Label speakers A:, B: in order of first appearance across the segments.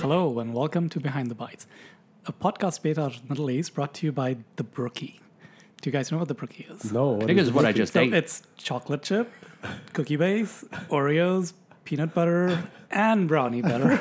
A: Hello, and welcome to Behind the Bites, a podcast made out of Middle East brought to you by The Brookie. Do you guys know what The Brookie is?
B: No,
C: I think it's what I just
A: So
C: ate.
A: it's chocolate chip, cookie base, Oreos, peanut butter, and brownie butter.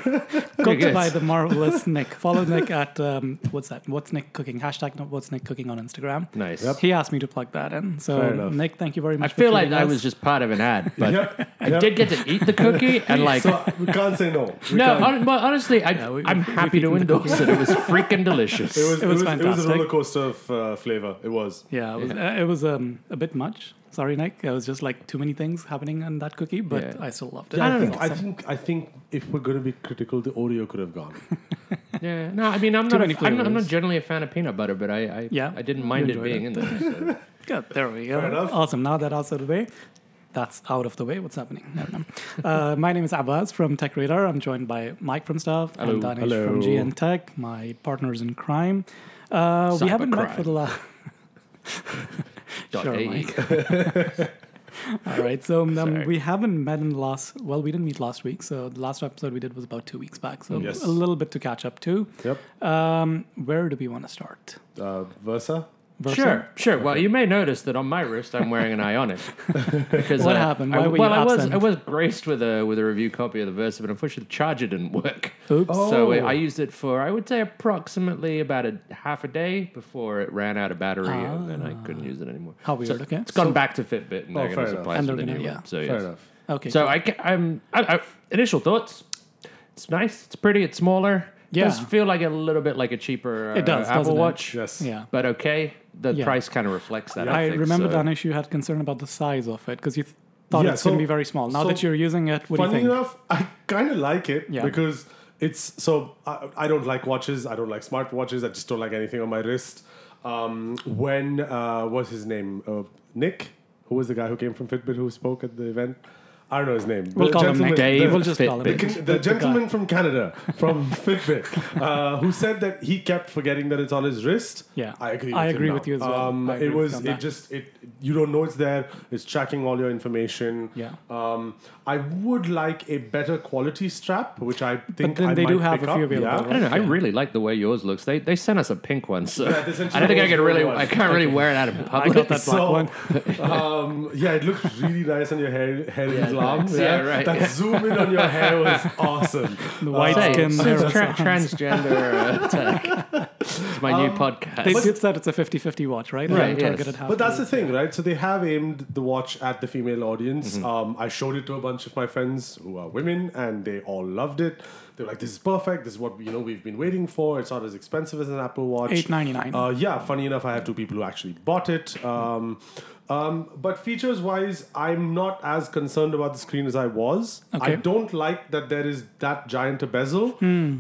A: Cooked
C: good.
A: by the marvelous Nick. Follow Nick at, um, what's that? What's Nick cooking? Hashtag not what's Nick cooking on Instagram.
C: nice.
B: Yep.
A: He asked me to plug that in.
B: Fair
A: So,
B: enough.
A: Nick, thank you very
C: I
A: much. for
C: feel like
A: feeding
C: I
A: us.
C: was just part of an ad, but
B: Yep,
C: I
B: yep.
C: did get to eat the cookie and like.
B: So we can't say no. We
C: no,
B: can't.
C: hon- but honestly, I,
A: we-
C: I'm
A: we-
C: happy to
A: we've eaten the
C: endorse it. It was freaking delicious.
B: it
A: it was
B: was, it was a
A: fantastic.
B: roller coaster of uh, flavor. It was.
A: Yeah, it was, Uh, it was um, a bit much. Sorry, Nick. It was just like too many things happening in that cookie, but
C: Yeah.
A: I still loved it.
B: Yeah, I,
A: It was
B: think, I
A: awesome.
B: think I think if we're going to be critical, the Oreo could have gone.
C: yeah, no, I mean, I'm
A: Too
C: not, a,
A: many
C: I'm not. I'm not
A: flavors.
C: generally a fan of peanut butter, but I, I,
A: Yeah,
C: I didn't
A: you
C: mind it
A: enjoyed
C: being in there. so.
A: Good. There we go.
B: enough.
A: Awesome. Now that that's out of the way, that's out of the way. What's happening? Never mind. Uh, my name is Abbas from Tech Radar. I'm joined by Mike from Staff and
C: Hello.
A: Danish from
B: Hello.
A: GN Tech, my partners in crime. Uh, we
C: Cyber
A: haven't met for
C: crime.
A: the last.
C: Dot
A: Sure,
C: AE.
A: Mike. All right, so um,
C: Sorry.
A: we haven't met in the last. Well, we didn't meet last week, so the last episode we did was about two weeks back. So
B: Yes.
A: a little bit to catch up to.
B: Yep.
A: Um, where do we want to start?
B: Uh, Versa.
A: Versa?
C: Sure, sure. Well, you may notice that on my wrist I'm wearing an ionic. Because
A: What
C: uh,
A: happened?
C: I,
A: Why were you
C: well, I was
A: absent?
C: I was graced with a with a review copy of the Versa, but unfortunately the charger didn't work.
A: Oops.
C: So uh,
B: Oh.
C: I used it for I would say approximately about a half a day before it ran out of battery, and then I couldn't use it anymore.
A: How weird,
C: So
A: okay.
C: It's gone back to Fitbit, and
B: Oh,
C: they're
B: fair
C: going to
B: enough.
C: supply us
A: And
C: with a
A: they're
C: new
A: gonna- yeah.
C: one. So
B: Fair
C: yes.
B: enough.
A: Okay.
C: So I, ca- I'm I, I, initial thoughts. It's nice. It's pretty. It's smaller.
A: Yeah.
C: Does feel like a little bit like a cheaper uh,
A: It does,
C: Apple
A: doesn't it?
C: Watch.
B: Yes.
A: yeah.
C: But okay, the
A: Yeah.
C: price kind of reflects that.
A: I,
C: I, think,
A: remember
C: so.
A: Danish, you had concern about the size of it because you th- thought
B: Yeah,
A: it's going
B: so-
A: to be very small. Now
B: so-
A: that you're using it, what do you
B: Funny
A: think?
B: enough, I kind of like it
A: Yeah.
B: because it's so. I, I don't like watches. I don't like smartwatches. I just don't like anything on my wrist. Um, when uh, what's his name? Uh, Nick, who was the guy who came from Fitbit who spoke at the event. I don't know his name.
A: We'll
B: The
A: call him
B: gentleman-
A: Nick.
C: Dave
B: the-
A: We'll just call him
C: Fitbit.
A: Nick.
B: The, the gentleman from Canada, from Fitbit, uh, who said that he kept forgetting that it's on his wrist.
A: Yeah.
B: I agree.
A: I
B: with
A: agree
B: him
A: with
B: now.
A: you as well.
B: Um,
A: I agree
B: it
A: with
B: was.
A: you on
B: It
A: that.
B: just. It. You don't know it's there. It's tracking all your information.
A: Yeah.
C: Uh,
B: Um, I would like a better quality strap, which I think
A: then
B: I
A: they
B: might
A: do have
B: pick
A: a few
B: up.
A: available,
C: I
B: Yeah.
C: don't know. I really like the way yours looks. They they sent us a pink one, so
B: they sent you
C: I don't think I
B: the
C: can really.
B: old one.
C: I can't really wear it out in
A: I
C: public.
A: got that black
B: So-
A: one.
B: um, yeah, it looks really nice on your hair, hair in Islam.
C: thanks. Yeah, right.
B: That zoom in on your hair was awesome. Um,
A: The white
C: I'd say
A: skin.
C: it's
A: there was
C: tra-
A: a-
C: transgender uh, attack. It's my new podcast.
A: Um, they did said it's a 50 50 watch, right? Yeah,
C: Right, yes.
A: targeted half
B: But that's
A: to-
B: the thing, right? So they have aimed the watch at the female audience.
A: Mm-hmm.
B: Um, I showed it to a bunch of my friends who are women, and they all loved it. They were like, "This is perfect. This is what you know we've been waiting for. It's not as expensive as an Apple Watch."
A: $8.99.
B: Uh, yeah. Funny enough, I have two people who actually bought it. Um, um, but features-wise, I'm not as concerned about the screen as I was. I
A: Okay.
B: don't like that there is that giant a bezel.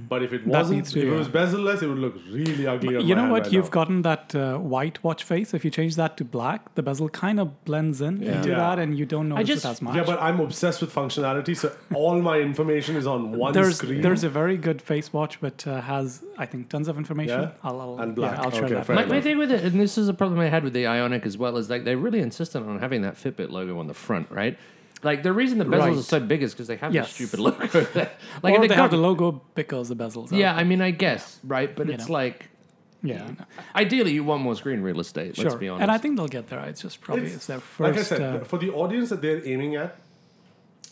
B: But if it wasn't,
A: Hmm. needs to,
B: if it
A: yeah.
B: was bezelless, it would look really ugly. on
A: You know
B: my hand
A: what?
B: right
A: You've
B: now.
A: gotten that uh, white watch face. If you change that to black, the bezel kind of blends in into
B: Yeah.
A: that, and you don't notice
C: just-
A: it as much.
B: Yeah, but I'm obsessed with functionality, so all my information is on one
A: there's
B: screen.
A: there's a very good face watch, but uh, has I think tons of information.
B: Yeah?
A: I'll, I'll
B: And black.
A: Yeah, I'll share
B: Okay,
A: that.
B: fair
C: My,
B: enough.
C: my thing with it, and this is a problem I had with the Ionic as well, is like they're really insistent on having that Fitbit logo on the front, right? Like the reason the bezels
A: Right.
C: are so big is because they have
A: Yes.
C: the stupid logo. there. like
A: or they,
C: they got-
A: have the logo because the bezels. Are,
C: yeah, I mean, I guess right, but
A: You
C: it's
A: know.
C: like
A: yeah. no.
C: ideally you want more screen real estate.
A: Sure.
C: Let's be honest.
A: And I think they'll get there. It's just probably it's,
B: It's-
A: their first.
B: like I said,
A: uh,
B: for the audience that they're aiming at,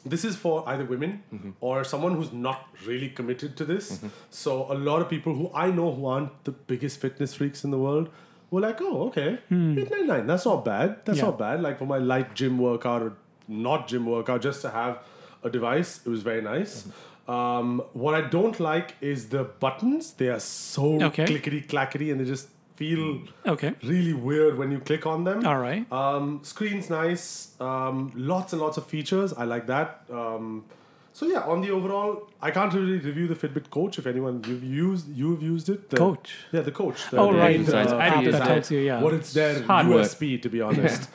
B: this is for either women or someone who's not really committed to this. So a lot of people who I know who aren't the biggest fitness freaks in the world were like, "Oh, okay, eight nine nine. That's not bad. That's
A: Hmm. Yeah.
B: not bad." Like for my light gym workout or not gym workout, just to have a device, it was very nice. Um, what I don't like is the buttons. They are so
A: Okay.
B: clickety clackety, and they just feel
A: okay.
B: really weird when you click on them.
A: All right.
B: Um, screen's nice. Um, lots and lots of features. I like that. Um, so yeah, on the overall, I can't really review the Fitbit Coach. If anyone you've used, you've used it. The,
A: Coach?
B: Yeah, the Coach. The,
A: oh
B: the
A: right.
B: main,
C: designs.
B: uh,
C: I
A: app
C: use
A: that
C: that.
A: helps you. Yeah.
B: What it's their
C: Hard work.
B: USP, to be honest.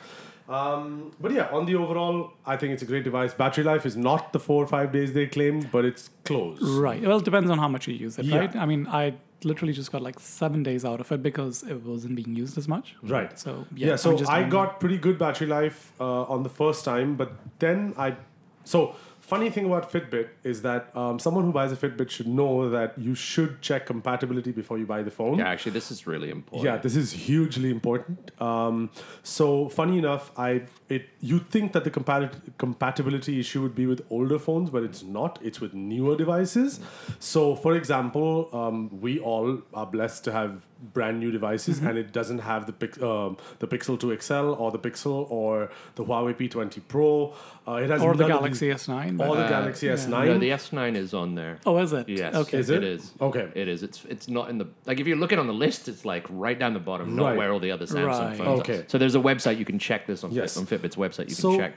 B: um, but yeah, on the overall, I think it's a great device. Battery life is not the four or five days they claim, but it's close.
A: Right. Well, it depends on how much you use it,
B: Yeah.
A: right? I mean, I literally just got like seven days out of it because it wasn't being used as much.
B: Right.
A: So yeah.
B: Yeah,
A: I'm
B: so
A: just
B: I
A: doing-
B: got pretty good battery life uh, on the first time, but then I. So Funny thing about Fitbit is that um, someone who buys a Fitbit should know that you should check compatibility before you buy the phone.
C: Yeah, actually, this is really important.
B: Yeah, this is hugely important. Um, so funny enough, I it you think that the compat- compatibility issue would be with older phones, but it's not. It's with newer devices.
A: Mm.
B: So, for example, um, we all are blessed to have brand new devices,
A: Mm-hmm.
B: and it doesn't have the pic- um, the Pixel 2 XL or the Pixel or the Huawei P20 Pro. Uh, it has
A: or the
B: none of
A: Galaxy S9.
B: these-
A: but-
B: or the
C: Uh,
B: Galaxy
A: yeah.
B: S9.
C: No, the S9 is on there.
A: oh, is it?
C: Yes.
A: Okay.
B: Is it?
C: It is.
B: Okay.
C: It is. It's it's not in the like if you're looking on the list, it's like right down the bottom, not
B: Right.
C: where all the other Samsung
A: Right.
C: phones are.
B: Okay.
C: So there's a website you can check this on
B: Yes.
C: Fit, on Fitbit's website you
B: So,
C: can check.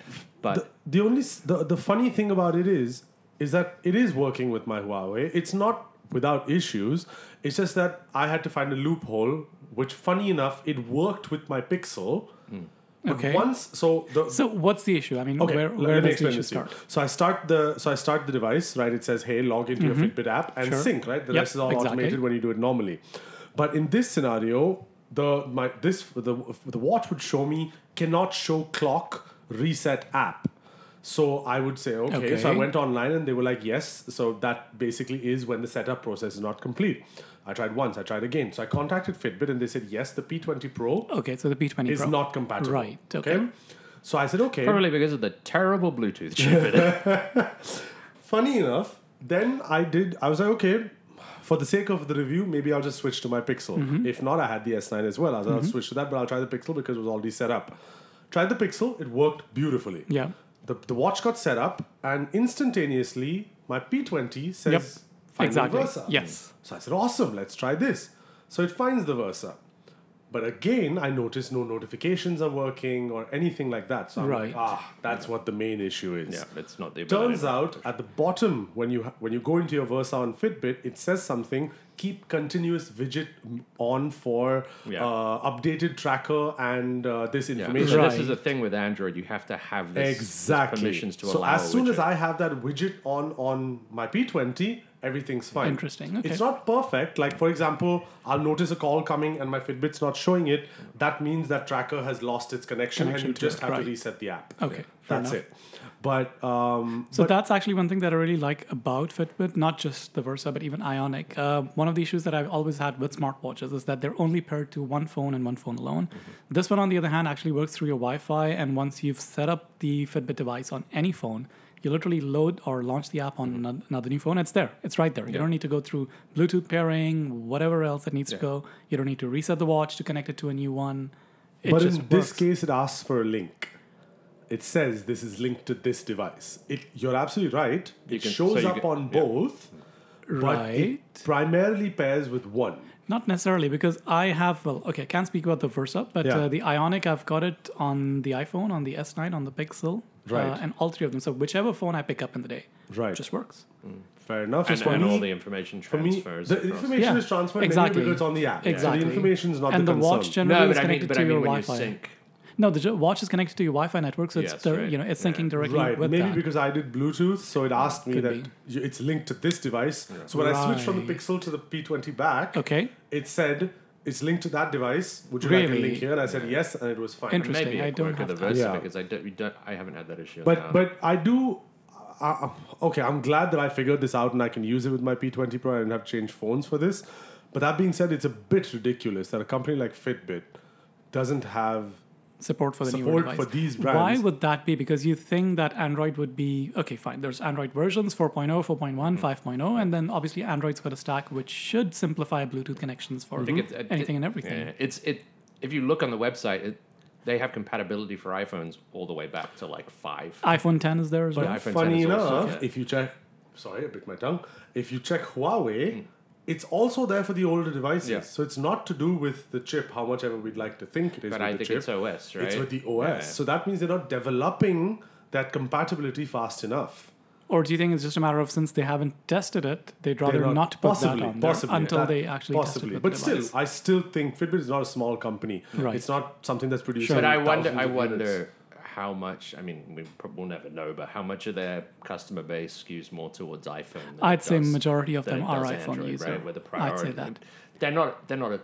C: But
B: the, the only s- the, the funny thing about it is is that it is working with my Huawei. It's not without issues. It's just that I had to find a loophole, which funny enough, it worked with my Pixel. But
A: Okay.
B: Once so the
A: So what's the issue? I mean,
B: Okay,
A: where,
B: let-
A: where
B: let me
A: does the
B: explain
A: issue
B: this to you.
A: start?
B: So I start the so I start the device, right? It says, "Hey, log into your Fitbit app and
A: Mm-hmm. Sure.
B: sync." Right, the
A: Yep,
B: rest is all
A: exactly.
B: automated when you do it normally. But in this scenario, the my this the the watch would show me cannot show clock reset app. So I would say, okay. So I
A: Okay.
B: went online and they were like, yes. So that basically is when the setup process is not complete. I tried once, I tried again. So I contacted Fitbit and they said, yes, the P20 Pro
A: Okay, so the P20
B: is
A: Oh, Pro.
B: not compatible.
A: Right, okay.
B: So I said, okay.
C: probably because of the terrible Bluetooth chip in it.
B: funny enough, then I did. I was like, okay, for the sake of the review, maybe I'll just switch to my Pixel.
A: Mm-hmm.
B: If not, I had the S9 as well. I was like, I'll switch to that, but I'll try the Pixel because it was already set up. Tried the Pixel, it worked beautifully.
A: Yeah.
B: The, the watch got set up, and instantaneously, my P20 says,
A: Yep.
B: find
A: Exactly.
B: the Versa.
A: Yes.
B: So I said, awesome, let's try this. So it finds the Versa. But again, I noticed no notifications are working or anything like that. So I'm
A: Right.
B: like, ah, that's what the main issue is.
C: yeah, it's not the ability.
B: Turns out at the bottom when you when you go into your Versa on Fitbit, it says something. Keep continuous widget on for
C: Yeah.
B: uh, updated tracker and uh, this
C: Yeah.
B: information.
C: So
A: Right.
C: this is the thing with Android. You have to have this, these
B: Exactly.
C: permissions to
B: so
C: allow.
B: as soon
C: a
B: as
C: widget.
B: I have that widget on on my P20, everything's fine.
A: Interesting, okay.
B: It's not perfect. Like for example, I'll notice a call coming and my Fitbit's not showing it. That means that tracker has lost its connection,
A: Connection
B: and
A: to
B: you just
A: it,
B: have
A: right.
B: to reset the app.
A: Okay, fair
B: That's
A: enough.
B: it. But um,
A: So that's actually one thing that I really like about Fitbit, not just the Versa, but even Ionic. Uh, one of the issues that I've always had with smartwatches is that they're only paired to one phone and one phone alone.
B: Mm-hmm.
A: This one, on the other hand, actually works through your Wi Fi. And once you've set up the Fitbit device on any phone, you literally load or launch the app on
B: Mm-hmm.
A: ano- another new phone. It's there. It's right there. You don't need to go through Bluetooth pairing, whatever else that needs to go. You don't need to reset the watch to connect it to a new one. It
B: but
A: just
B: in this
A: works.
B: case, it asks for a link. It says this is linked to this device. It, you're absolutely right.
C: You
B: It
C: can- so
B: shows
C: you
B: up
C: can-
B: on
C: yeah.
B: both, but
A: right?
B: it primarily pairs with one.
A: Not necessarily, because I have, well, okay, I can't speak about the Versa, but
B: Yeah.
A: uh, the Ionic, I've got it on the iPhone, on the S9, on the Pixel, uh,
B: Right.
A: and all three of them. So whichever phone I pick up in the day
B: Right.
A: just works.
B: Fair enough.
C: and,
B: for
C: and
B: me,
C: all the information
B: for me,
C: transfers.
B: the
C: across.
B: information
A: Yeah,
B: is transferred mainly
A: exactly.
B: because it's on the app.
A: Exactly.
B: So the information is not
A: and
B: the,
A: the,
B: concern.
A: watch generally
C: no,
A: is
C: but I mean,
A: connected
C: but
A: to
C: I mean
A: your
C: when
A: Wi
C: you
A: Fi.
C: sync,
A: No, the jo- watch is connected to your Wi Fi network, so it's
C: Yes,
A: dir-
C: right.
A: you know it's
C: Yeah.
A: syncing directly
B: Right,
A: with
B: maybe
A: that.
B: because I did Bluetooth, so it asked me
A: Could
B: that you it's linked to this device. So when I switched from the
A: Right. Uh,
B: Pixel to the P20 back,
A: okay,
B: it said it's linked to that device. Would you like a
A: Really?
B: link here? And I said yes, and it was fine.
A: Interesting.
C: maybe
A: I
C: a
A: don't
C: quirk of
A: have
C: the
A: that.
C: Versa
B: Yeah.
C: because I don't, we don't, I haven't had that issue.
B: But
C: now.
B: but I do. I, I- okay, I'm glad that I figured this out and I can use it with my P20 Pro and have changed phones for this. But that being said, it's a bit ridiculous that a company like Fitbit doesn't have.
A: support for the newer
B: Support
A: device.
B: for these
A: Why
B: brands.
A: would that be? Because you think that Android would be okay, fine. There's Android versions oh, 4.0, 4.1,
B: Mm.
A: 5.0, oh, and then obviously Android's got a stack which should simplify Bluetooth connections for
B: Mm-hmm.
C: think it's- it-
A: Mm-hmm. anything and
C: Yeah,
A: everything.
C: yeah. it's it. If you look on the website, it, they have compatibility for iPhones all the way back to like five.
A: iPhone 10 is there as well.
C: iPhone 10
B: funny
C: is
B: enough,
C: also- yeah.
B: if you check, sorry, I bit my tongue. If you check Huawei, it's also there for the older devices.
C: Hmm. Yeah.
B: So it's not to do with the chip, how much ever we'd like to think it is.
C: But
B: with
C: I
B: the
C: think
B: chip.
C: it's OS, right?
B: It's with the OS.
C: Yeah.
B: So that means they're not developing that compatibility fast enough.
A: Or do you think it's just a matter of since they haven't tested it, they'd rather
B: They're
A: not, put
B: possibly,
A: that on there
B: possibly,
A: until
B: that-
A: they actually
B: possibly.
A: test it with
B: but
A: the
B: still,
A: device.
B: I still think Fitbit is not a small company.
A: Right.
B: It's not something that's produced.
C: but I wonder, I wonder how much. I mean, we prob- we'll never know, but how much of their customer base skews more towards iPhone? Than
A: I'd
C: it
A: say
C: does-
A: majority of
C: than
A: them
C: it
A: are
C: does
A: iPhone
C: Android,
A: user.
C: Right, where the
A: I'd
C: priority.
A: say that.
C: They're not. They're not a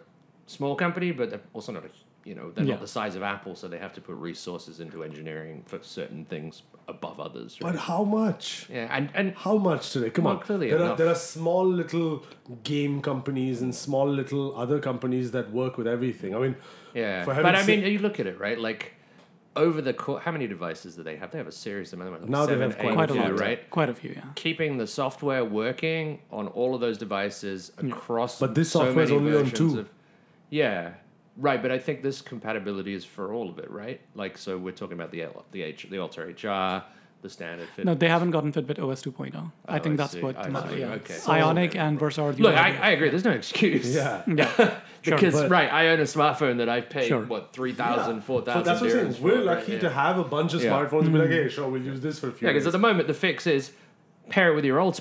C: small company, but they're also not a you know they're
A: Yeah.
C: not the size of Apple, so they have to put resources into engineering for certain things above others. Right?
B: But how much?
C: yeah, and and
B: How much today? Come
C: Well,
B: on.
C: clearly
B: there are
C: enough.
B: there are small little game companies and small little other companies that work with everything. I mean,
C: yeah,
B: For
C: but
B: heaven's
C: I mean, you look at it right, like. Over the course, how many devices do they have? They have a serious amount. Like
B: Now they
C: seven,
B: have
C: eight,
A: Quite a
C: yeah,
A: lot,
C: right?
A: Quite a few, yeah.
C: keeping the software working on all of those devices across.
B: But this
C: so
B: software's
C: many
B: only on
C: versions
B: two.
C: of- yeah, right. But I think this compatibility is for all of it, right? Like, so we're talking about the L- the H, the Alter HR, the standard. Fit.
A: No, they haven't gotten Fitbit OS 2.0. oh. I
C: Oh, I
A: think that's
C: see,
A: what
C: I
A: matters.
C: see,
A: Yeah.
C: okay.
A: Ionic and Versa are the
C: Look,
A: other-
C: I, I agree. There's no excuse.
B: yeah.
A: yeah. Sure.
C: Because
B: but-
C: right, I own a smartphone that I've paid
A: Sure.
C: what three thousand, four
B: But
C: thousand.
B: that's what I'm saying. We're lucky to have a bunch of
C: Yeah. Mm.
B: smartphones and be like, hey, sure, we'll use this for a few
C: Yeah, because at
B: days.
C: the moment the fix is pair it with your old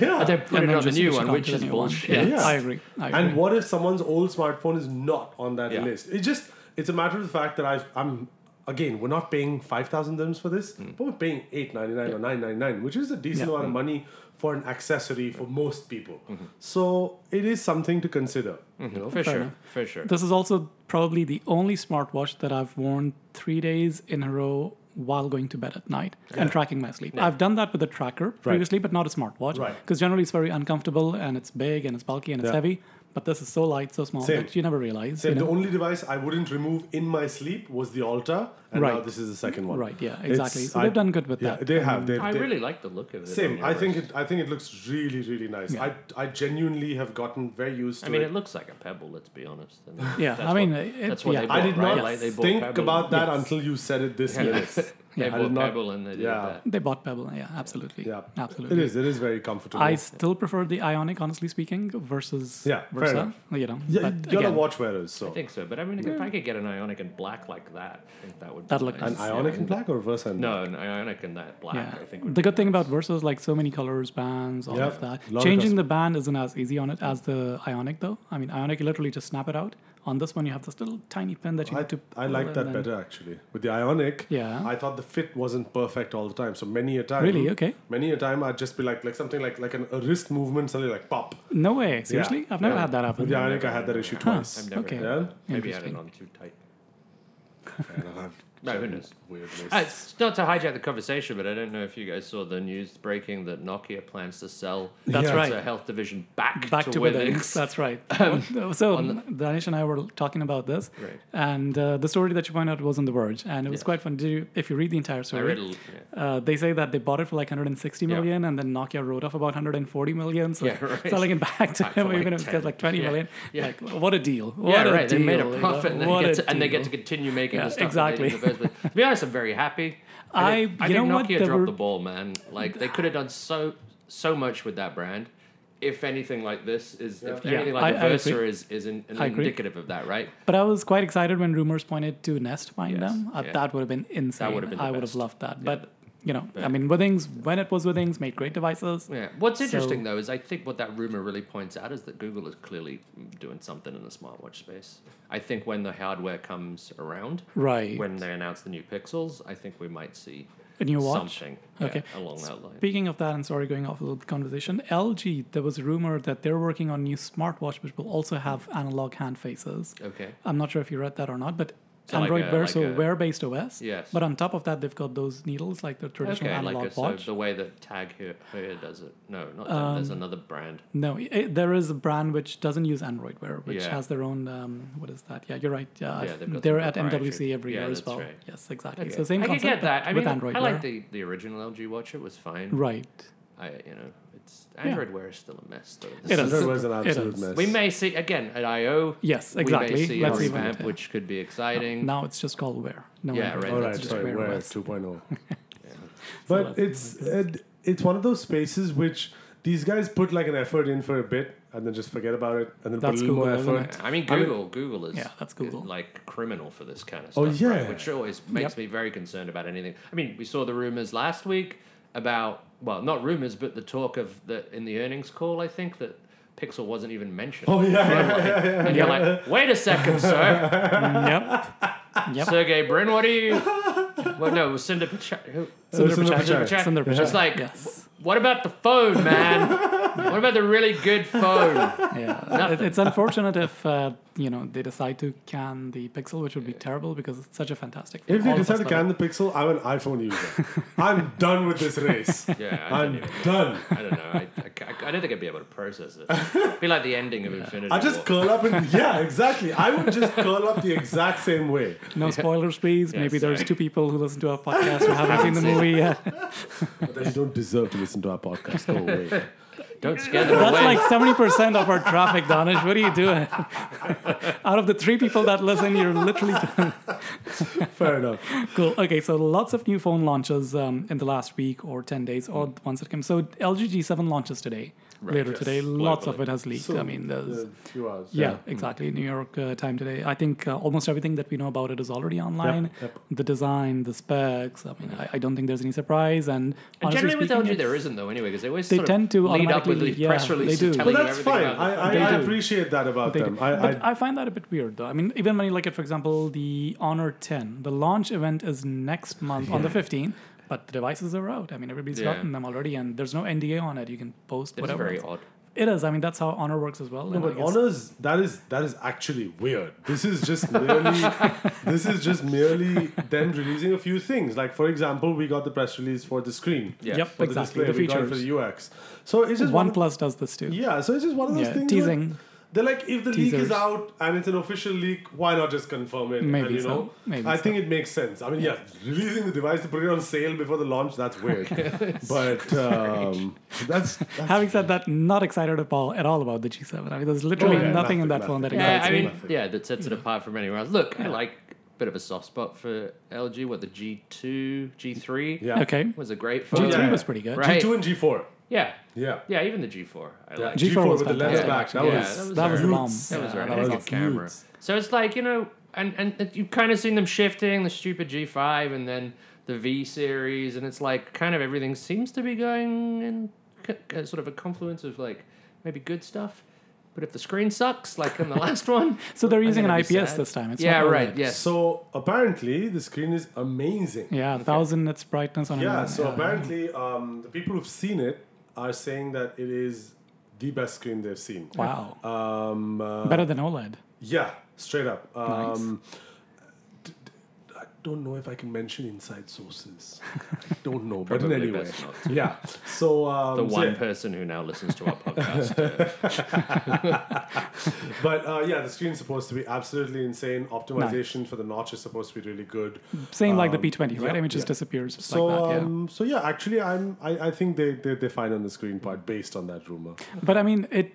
B: Yeah.
C: and then put
A: And
C: it
A: then
C: on the
A: just
C: new
A: switch it
C: one,
A: on
C: which
A: to the
C: is
A: new one.
C: bullshit.
B: Yeah.
A: I agree. I agree.
B: And what if someone's old smartphone is not on that
C: Yeah.
B: list? It just it's a matter of the fact that I've I'm again we're not paying five thousand dirhams for this, but we're paying eight ninety nine or nine ninety nine, which is a decent
A: Hmm. Yeah. Hmm. Mm-hmm.
B: amount of money for an accessory for most people. So it is something to consider.
A: Hmm.
B: You know?
C: Mm-hmm. For sure,
A: enough.
C: for sure.
A: This is also probably the only smartwatch that I've worn three days in a row while going to bed at night and tracking my sleep. I've done that with a tracker previously, but not a smartwatch.
B: Right.
A: Because generally it's very uncomfortable and it's big and it's bulky and it's
B: Yeah.
A: heavy. But this is so light, so small
B: Same.
A: that you never realize.
B: Then
A: you know?
B: The only device I wouldn't remove in my sleep was the Alta, and now
A: Right.
B: this is the second one.
A: Right, yeah,
B: It's-
A: exactly. so
B: I-
A: they've done good with
B: Yeah,
A: that. Um,
B: they have. They've,
C: I
B: they-
C: really like the look of it. on
B: Same.
C: your
B: I think
C: wrist.
B: it. I think it looks really, really nice.
A: Yeah.
B: I, I genuinely have gotten very used to
C: I mean,
B: it.
C: it looks like a pebble. Let's be honest. I mean,
A: Yeah,
C: that's
A: I mean,
C: what,
A: it-
C: that's what
A: yeah.
C: they bought,
B: I did
C: right?
B: not
C: Like, they bought
B: think
C: pebble.
B: about that
A: Yes.
B: until you said it this
C: Yeah.
B: minute.
C: They
B: I
C: bought
B: did not-
C: pebble and they did
B: yeah.
C: that.
A: They bought Pebble, yeah, absolutely.
B: Yeah,
A: Absolutely.
B: It is. It is very comfortable.
A: I still prefer the Ionic, honestly speaking, versus
B: Yeah, fair
A: Versa.
B: enough.
A: You know,
B: yeah,
A: but
B: you're
A: again,
B: a watch wearers, so
C: I think so, but I mean, if I could get an ionic and black like that, I think that would.
A: That'd
C: be
A: look
C: nice.
B: an ionic in black or reverse and
C: No, an ionic and that black.
A: yeah.
C: I think. would
A: The
C: be
A: good thing
C: nice.
A: about Versa is like so many colors, bands, all
B: Yeah,
A: of that.
B: lot of
A: Changing the band isn't as easy on it as the Ionic, though. I mean, Ionic, you literally just snap it out. On this one, you have this little tiny pin that you
B: I,
A: need to.
B: I
A: pull
B: like
A: and
B: that
A: then-
B: better actually. With the ionic,
A: Yeah.
B: I thought the fit wasn't perfect all the time. So many a time,
A: Really? Okay.
B: many a time I'd just be like like something like like an, a wrist movement suddenly like pop.
A: No way. Seriously? I've never
B: Yeah.
A: had that happen.
B: With the ionic, I had that issue
C: I've
B: twice.
C: never
A: Okay.
C: had
B: Yeah?
C: that. Maybe I had it
A: Interesting.
C: on too tight.
B: And I have
C: No, who knows?
B: weird
C: Uh,
B: wrists.
C: it's not to hijack the conversation, but I don't know if you guys saw the news breaking that Nokia plans to sell
A: That's
C: its,
A: right.
C: uh, health division back,
A: Back to, Withings.
C: Withings.
A: That's right. so Danish and I were talking about this,
C: Um, Right.
A: and uh, the story that you pointed out was on The Verge, and it was
C: Yeah.
A: quite fun. Did you, if you read the entire
C: I
A: story,
C: read a little. Yeah.
A: Uh, they say that they bought it for like 160
C: Yeah.
A: million, and then Nokia wrote off about 140 million. So
C: Yeah, right.
A: selling it back to
C: Back for
A: him,
C: like
A: even if it's
C: 10.
A: just like 20
C: Yeah.
A: million.
C: Yeah.
A: Like, what a deal! What
C: yeah,
A: a
C: right.
A: Deal,
C: they made a
A: you know,
C: profit, and, they
A: what
C: get
A: a
C: to, and they get to
A: deal.
C: continue making
A: Yeah,
C: the stuff. that they did in the
A: exactly.
C: first place. to be honest, I'm very happy.
A: I-
C: think- I
A: you know
C: think
A: what,
C: Nokia
A: there
C: dropped
A: were-
C: the ball, man. Like they could have done so so much with that brand. If anything like this is, if
A: Yeah.
C: anything
A: I-
C: like
A: I
C: the Versa
A: agree.
C: is is in, an
A: I agree.
C: indicative of that, right?
A: But I was quite excited when rumors pointed to Nest buying
C: Yes,
A: them. Uh,
C: yeah.
A: That would have been insane.
C: would've been the
A: I would
C: best.
A: have loved that.
C: Yeah,
A: But you know,
C: but-
A: I mean, Withings when it was Withings made great devices.
C: Yeah. What's
A: So-
C: interesting though is I think what that rumor really points out is that Google is clearly doing something in the smartwatch space. I think when the hardware comes around,
A: Right.
C: when they announce the new Pixels, I think we might see
A: a new watch.
C: something
A: Okay.
C: yeah, along that line.
A: Speaking of that, and sorry, going off a little conversation. LG, there was a rumor that they're working on new smartwatch, which will also have analog hand faces.
C: Okay.
A: I'm not sure if you read that or not, but
C: So like
A: Android
C: a-
A: Wear,
C: like
A: so
C: a-
A: wear-based OS.
C: Yes.
A: But on top of that, they've got those needles, like the traditional
C: okay, like
A: analog
C: a, so
A: watch. Um,
C: the way that Tag here, here does it. No, not Tag. there's another brand.
A: no, i i- there is a brand which doesn't use Android Wear, which
C: Yeah.
A: has their own. Um, what is that? Yeah, you're right. Yeah,
C: Yeah, they've got
A: they're
C: some
A: at MWC
C: proprietary-
A: every
C: yeah,
A: year as
C: that's
A: well.
C: right.
A: Yes, exactly.
C: Okay.
A: So same
C: I
A: concept
C: can get that. I
A: with
C: mean,
A: Android
C: I
A: Wear.
C: like the, the original LG Watch. It was fine.
A: right.
C: I, you know, it's Android Wear is still a mess though. This
A: It
C: is-
A: is.
B: That was an
A: It
B: absolute
A: is.
B: mess.
C: We may see again at I/O.
A: Yes,
C: We may
A: exactly.
C: see
A: Let's
C: a
A: see
C: revamp,
A: what it-
C: which could be exciting.
A: Now it's just called Wear. No
C: Yeah,
A: Android Wear,
C: right,
B: All
C: It's
B: right,
A: it's just
B: sorry,
A: Wear
B: Wear
A: OS.
B: 2.0.
A: So
B: But
A: that's
B: it's it, it's one of those spaces which these guys put like an effort in for a bit and then just forget about it and then
A: That's
B: put a little
A: Google,
B: more
A: isn't
B: effort.
A: it?
C: I mean, Google. Google is
A: Yeah, that's Google.
C: is, like criminal for this kind of stuff.
B: Oh, yeah.
C: right? which always makes me very concerned about anything. I mean, we saw the rumors last week about well, not rumors, but the talk of the in the earnings call. I think that Pixel wasn't even mentioned.
B: Oh yeah, yeah,
C: Right? And you're like, wait a second, sir.
A: yep. Yep.
C: Sergey Brin, what are you? Well, no, it was Cinder Pachak. who-
A: Sundar
B: Sundar
A: Pichai.
B: Pichai.
A: Sundar
C: It's
A: Pichai,
C: like,
A: yes.
C: What about the phone, man? What about the really good phone?
A: yeah, it, it's unfortunate if uh, you know they decide to can the Pixel, which would be terrible because it's such a fantastic. phone.
B: If they
A: All of
B: decide
A: us
B: to
A: love
B: can the Pixel, I'm an iPhone user. I'm done with this race.
C: Yeah, I don't
B: I'm
C: even.
B: done.
C: I don't know. I, I, ca- I don't think I'd be able to process it. It'd be like the ending of Infinity.
B: I just
C: War.
B: curl up and yeah, exactly. I would just curl up the exact same way.
A: it. No spoilers, please.
C: Yeah,
A: Maybe there's
C: sorry.
A: two people who listen to our podcast who haven't seen the movie yet.
B: But then you don't deserve to listen to our podcast. Go away.
C: don't scare them
A: That's
C: away.
A: like seventy percent of our traffic, Danish. What are you doing? Out of the three people that listen, you're literally
B: Fair enough.
A: cool. Okay, so lots of new phone launches um, in the last week or ten days, or the ones that came. So LG G7 launches today, later
C: yes,
A: today. Lots of
C: globally.
A: it has leaked.
B: So,
A: I mean, there's
B: uh, few hours.
A: Yeah, exactly. New York uh, time today. I think uh, almost everything that we know about it is already online.
B: yep. Mm.
A: The design, the specs. I mean, I, I don't think there's any surprise. And,
C: And
A: honestly
C: generally with
A: speaking,
C: LG,
A: it's-
C: there isn't though. Anyway, because they always
A: They
C: sort
A: tend to
C: of lead up with
A: automatically-
C: the press
A: yeah,
C: release
A: they do.
B: But
C: telling you
B: that's
C: everything
B: fine.
C: about
B: I,
C: the-
B: I,
A: They
B: I
A: do.
B: appreciate that about
A: they
B: them.
A: do.
B: I,
A: but
B: I,
A: I, find that a bit weird, though. I mean, even when you look at, for example, the Honor 10, the launch event is next month on the 15th, but the devices are out. I mean, everybody's
C: Yeah.
A: gotten them already, and there's no NDA on it. You can post
C: It's
A: whatever.
C: very
A: else.
C: odd.
A: It is. I mean, that's how Honor works as well.
B: no,
A: and I
B: but
A: guess-
B: honors that is that is actually weird. This is just merely this is just merely them releasing a few things. Like for example, we got the press release for the screen.
C: Yeah.
A: Yep,
B: For
A: exactly.
B: The
A: The
B: display, we got it
A: features.
B: for the UX. So it's just one.
A: OnePlus does this too.
B: Yeah. So it's just one of those
A: Yeah,
B: things. where
A: teasing.
B: They're like, if the leak
A: Teasers.
B: is out and it's an official leak, why not just confirm it?
A: Maybe
B: and, you
A: so.
B: know,
A: Maybe
B: I
A: so.
B: think it makes sense. I mean, yeah, releasing the device to put it on sale before the launch, that's weird. but um, that's, that's Oh,
A: Having said that, not excited at all at all about the G7. I mean, there's literally
B: yeah,
A: nothing, in that
B: nothing,
A: phone that
B: nothing.
C: Yeah,
A: excites
C: I
A: me.
C: mean,
B: nothing.
C: yeah, that sets it apart from anywhere else. Look, I like a bit of a soft spot for LG. What the G2, G3
B: yeah. Oh,
A: okay,
C: was a great
A: G3
C: phone.
B: yeah.
A: was pretty good.
C: Right.
B: G2 and G4.
C: Yeah,
B: Yeah.
C: yeah, even the G4. I like.
A: G4
B: G4
A: was
B: with the lens
A: fantastic.
B: back. Oh, That
C: Yeah,
B: was
C: that was
A: That was
C: Sorry.
A: bomb.
C: That was
A: Yeah,
C: right.
A: that
C: That was
A: was
C: good camera.
B: huge.
C: So it's like you know, and and you've kind of seen them shifting the stupid G5 and then the V series, and it's like kind of everything seems to be going in c- c- sort of a confluence of like maybe good stuff. But if the screen sucks, like in the last one,
A: So they're
C: I'm
A: using an
C: gonna be
A: IPS
C: sad.
A: this time. It's
C: yeah,
A: not
C: right.
A: OLED.
C: Yes.
B: So apparently, the screen is amazing.
A: Yeah, thousand nits brightness on.
B: Yeah,
A: an-
B: so apparently, um, the people who've seen it are saying that it is the best screen they've seen.
A: Wow,
B: Um, uh,
A: better than OLED.
B: Yeah, straight up. Um, d- d- I don't know if I can mention inside sources. I don't know, but in
C: Probably
B: any way,
C: best not
B: yeah. So um,
C: the
B: so
C: one
B: yeah.
C: person who now listens to our podcast.
B: but uh, yeah, the screen's supposed to be absolutely insane. Optimization for the notch is supposed to be really good.
A: Same like the P20, right? I mean, it just
B: um, yeah.
A: disappears just
B: So
A: like that. Yeah.
B: um, so yeah, actually, I'm I, I think they they they find on the screen part based on that rumor.
A: But I mean, it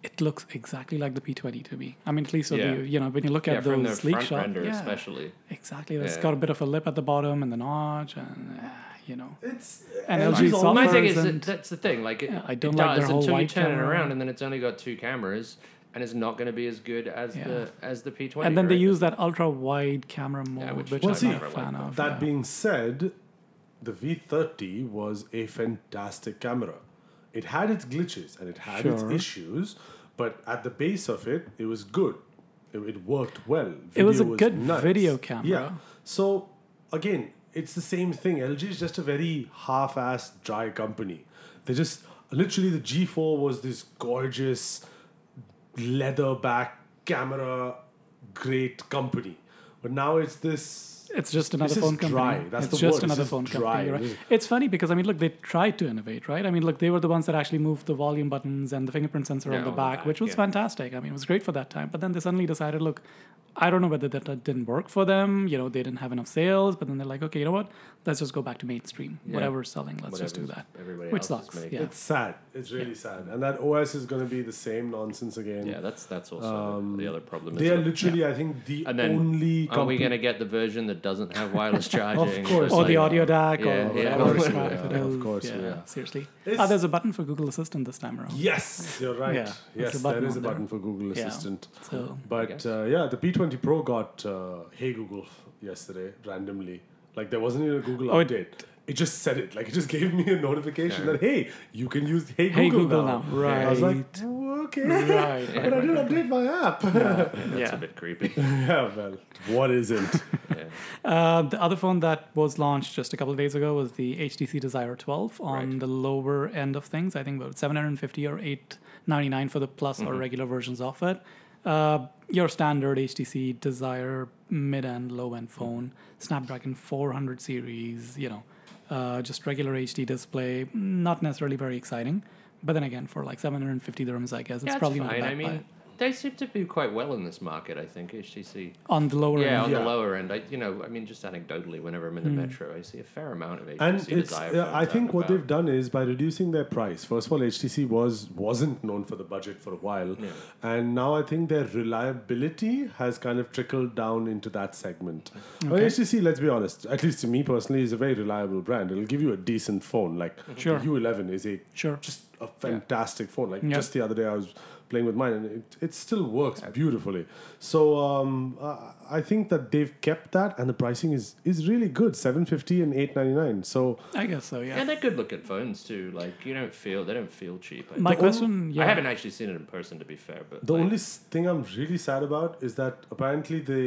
A: it looks exactly like the P20 to me. I mean, at least with
C: Yeah.
A: the, you know when you look
C: yeah,
A: at
C: from the
A: those leak
C: front
A: shots.
C: render
A: yeah,
C: especially.
A: exactly. It's
C: Yeah.
A: got a bit of a lip at the bottom and the notch, and uh, you know.
B: It's
A: And
B: LG's
A: LG's
B: always-
C: My thing is
A: and-
C: that that's the thing. Like it,
A: Yeah, I
C: it
A: don't like their
C: does
A: whole
C: until you
A: white
C: turn it
A: camera.
C: around, and then it's only got two cameras, and it's not going to be as good as
A: Yeah.
C: the as the P twenty.
A: And then they use that ultra wide camera mode,
C: which
A: which,
C: Well,
A: I'm
B: see,
A: not a fan of.
B: That
A: yeah.
B: being said, the V30 was a fantastic camera. It had its glitches and it had its
A: Sure.
B: issues, but at the base of it, it was good. It, it worked well.
A: It was a
B: Video
A: good video camera.
B: Yeah. So again, it's the same thing. LG is just a very half-assed, dry company. They just literally the G4 was this gorgeous leather back camera, great company, but now it's this
A: It's just another
B: is
A: phone company.
B: dry. That's
A: it's
B: the
A: just
B: word. This
A: another
B: is
A: phone
B: dry.
A: company. you're
B: This is-
A: Right? It's funny because I mean, look, they tried to innovate, right? I mean, look, they were the ones that actually moved the volume buttons and the fingerprint sensor
C: Yeah,
A: on the
C: on the
A: back,
C: back,
A: which was
C: yeah.
A: fantastic. I mean, it was great for that time. But then they suddenly decided, look, I don't know whether that, that didn't work for them. You know, they didn't have enough sales. But then they're like, okay, you know what? Let's just go back to mainstream. Whatever's selling, let's just do that.
C: Whatever's- everybody
A: which
C: else is
A: sucks.
C: making.
A: Yeah.
B: It's sad. It's really sad. And that OS is going to be the same nonsense again.
C: Yeah, that's that's also the other problem.
B: Um, They are
C: isn't it?
B: literally, I think, the
C: And then
B: only
C: Are we
B: company-
C: going to get the version that doesn't have wireless charging?
B: course.
C: It's
A: Or the
C: like- oh,
A: audio DAC,
C: Yeah,
A: or
C: yeah.
A: whatever
C: Of course
A: crap
B: we
A: it
B: are.
A: is.
B: Of course
A: yeah,
B: we are.
A: seriously.
B: It's-
A: oh, there's a button for Google Assistant this time around.
B: Yes, you're right.
A: Yeah, there's
B: yes,
A: a button
B: there is a
A: on there.
B: button for Google
A: Yeah.
B: Assistant.
A: So
B: But uh, yeah, the P20 Pro got uh, Hey Google yesterday randomly. Like there wasn't even a Google
A: Oh, it-
B: update. It, just said it. Like it just gave me a notification
C: Yeah.
B: that hey, you can use Hey Google,
A: Hey, Google
B: now.
A: now.
B: I was like,
A: Right.
B: "Oh, okay,
A: Right,
B: but I didn't update my app. Yeah,
C: That's
A: Yeah.
C: a bit creepy.
B: well, what isn't?
C: Yeah.
A: Uh, the other phone that was launched just a couple of days ago was the HTC Desire 12 on
C: Right.
A: the lower end of things. I think about 750 or 899 for the plus
C: Mm-hmm.
A: or regular versions of it. Uh, your standard HTC Desire mid end, low end phone, Snapdragon 400 series, you know, uh, just regular HD display, not necessarily very exciting. But then again, for like 750 dirhams, I guess it's
C: That's
A: probably
C: fine.
A: not a bad
C: I mean,
A: buy.
C: they seem to do quite well in this market. I think HTC.
A: on the lower
C: Yeah,
A: end.
C: on
B: Yeah.
C: the lower end, I, you know, I mean, just anecdotally, whenever I'm
A: Hmm.
C: in the metro, I see a fair amount of HTC
B: and it's
C: Desire
B: uh,
C: phones
B: i
C: out
B: think
C: and
B: what
C: about.
B: they've done is by reducing their price first of all htc was wasn't known for the budget for a while and now i think their reliability has kind of trickled down into that segment I mean, htc let's be honest at least to me personally is a very reliable brand it'll give you a decent phone like
A: Sure.
B: the u11 is a
A: Sure.
B: just a fantastic phone like
A: Yeah.
B: just the other day i was playing with mine and it, it still works beautifully so um, uh, i think that they've kept that and the pricing is is really good 750 and 899 so
A: I guess so, yeah.
C: Yeah, they're good-looking phones too. Like you don't feel they don't feel cheap. I
A: My
B: The only-
A: question, yeah.
C: I haven't actually seen it in person, to be fair. But
B: The
C: like,
B: only s- thing I'm really sad about is that apparently the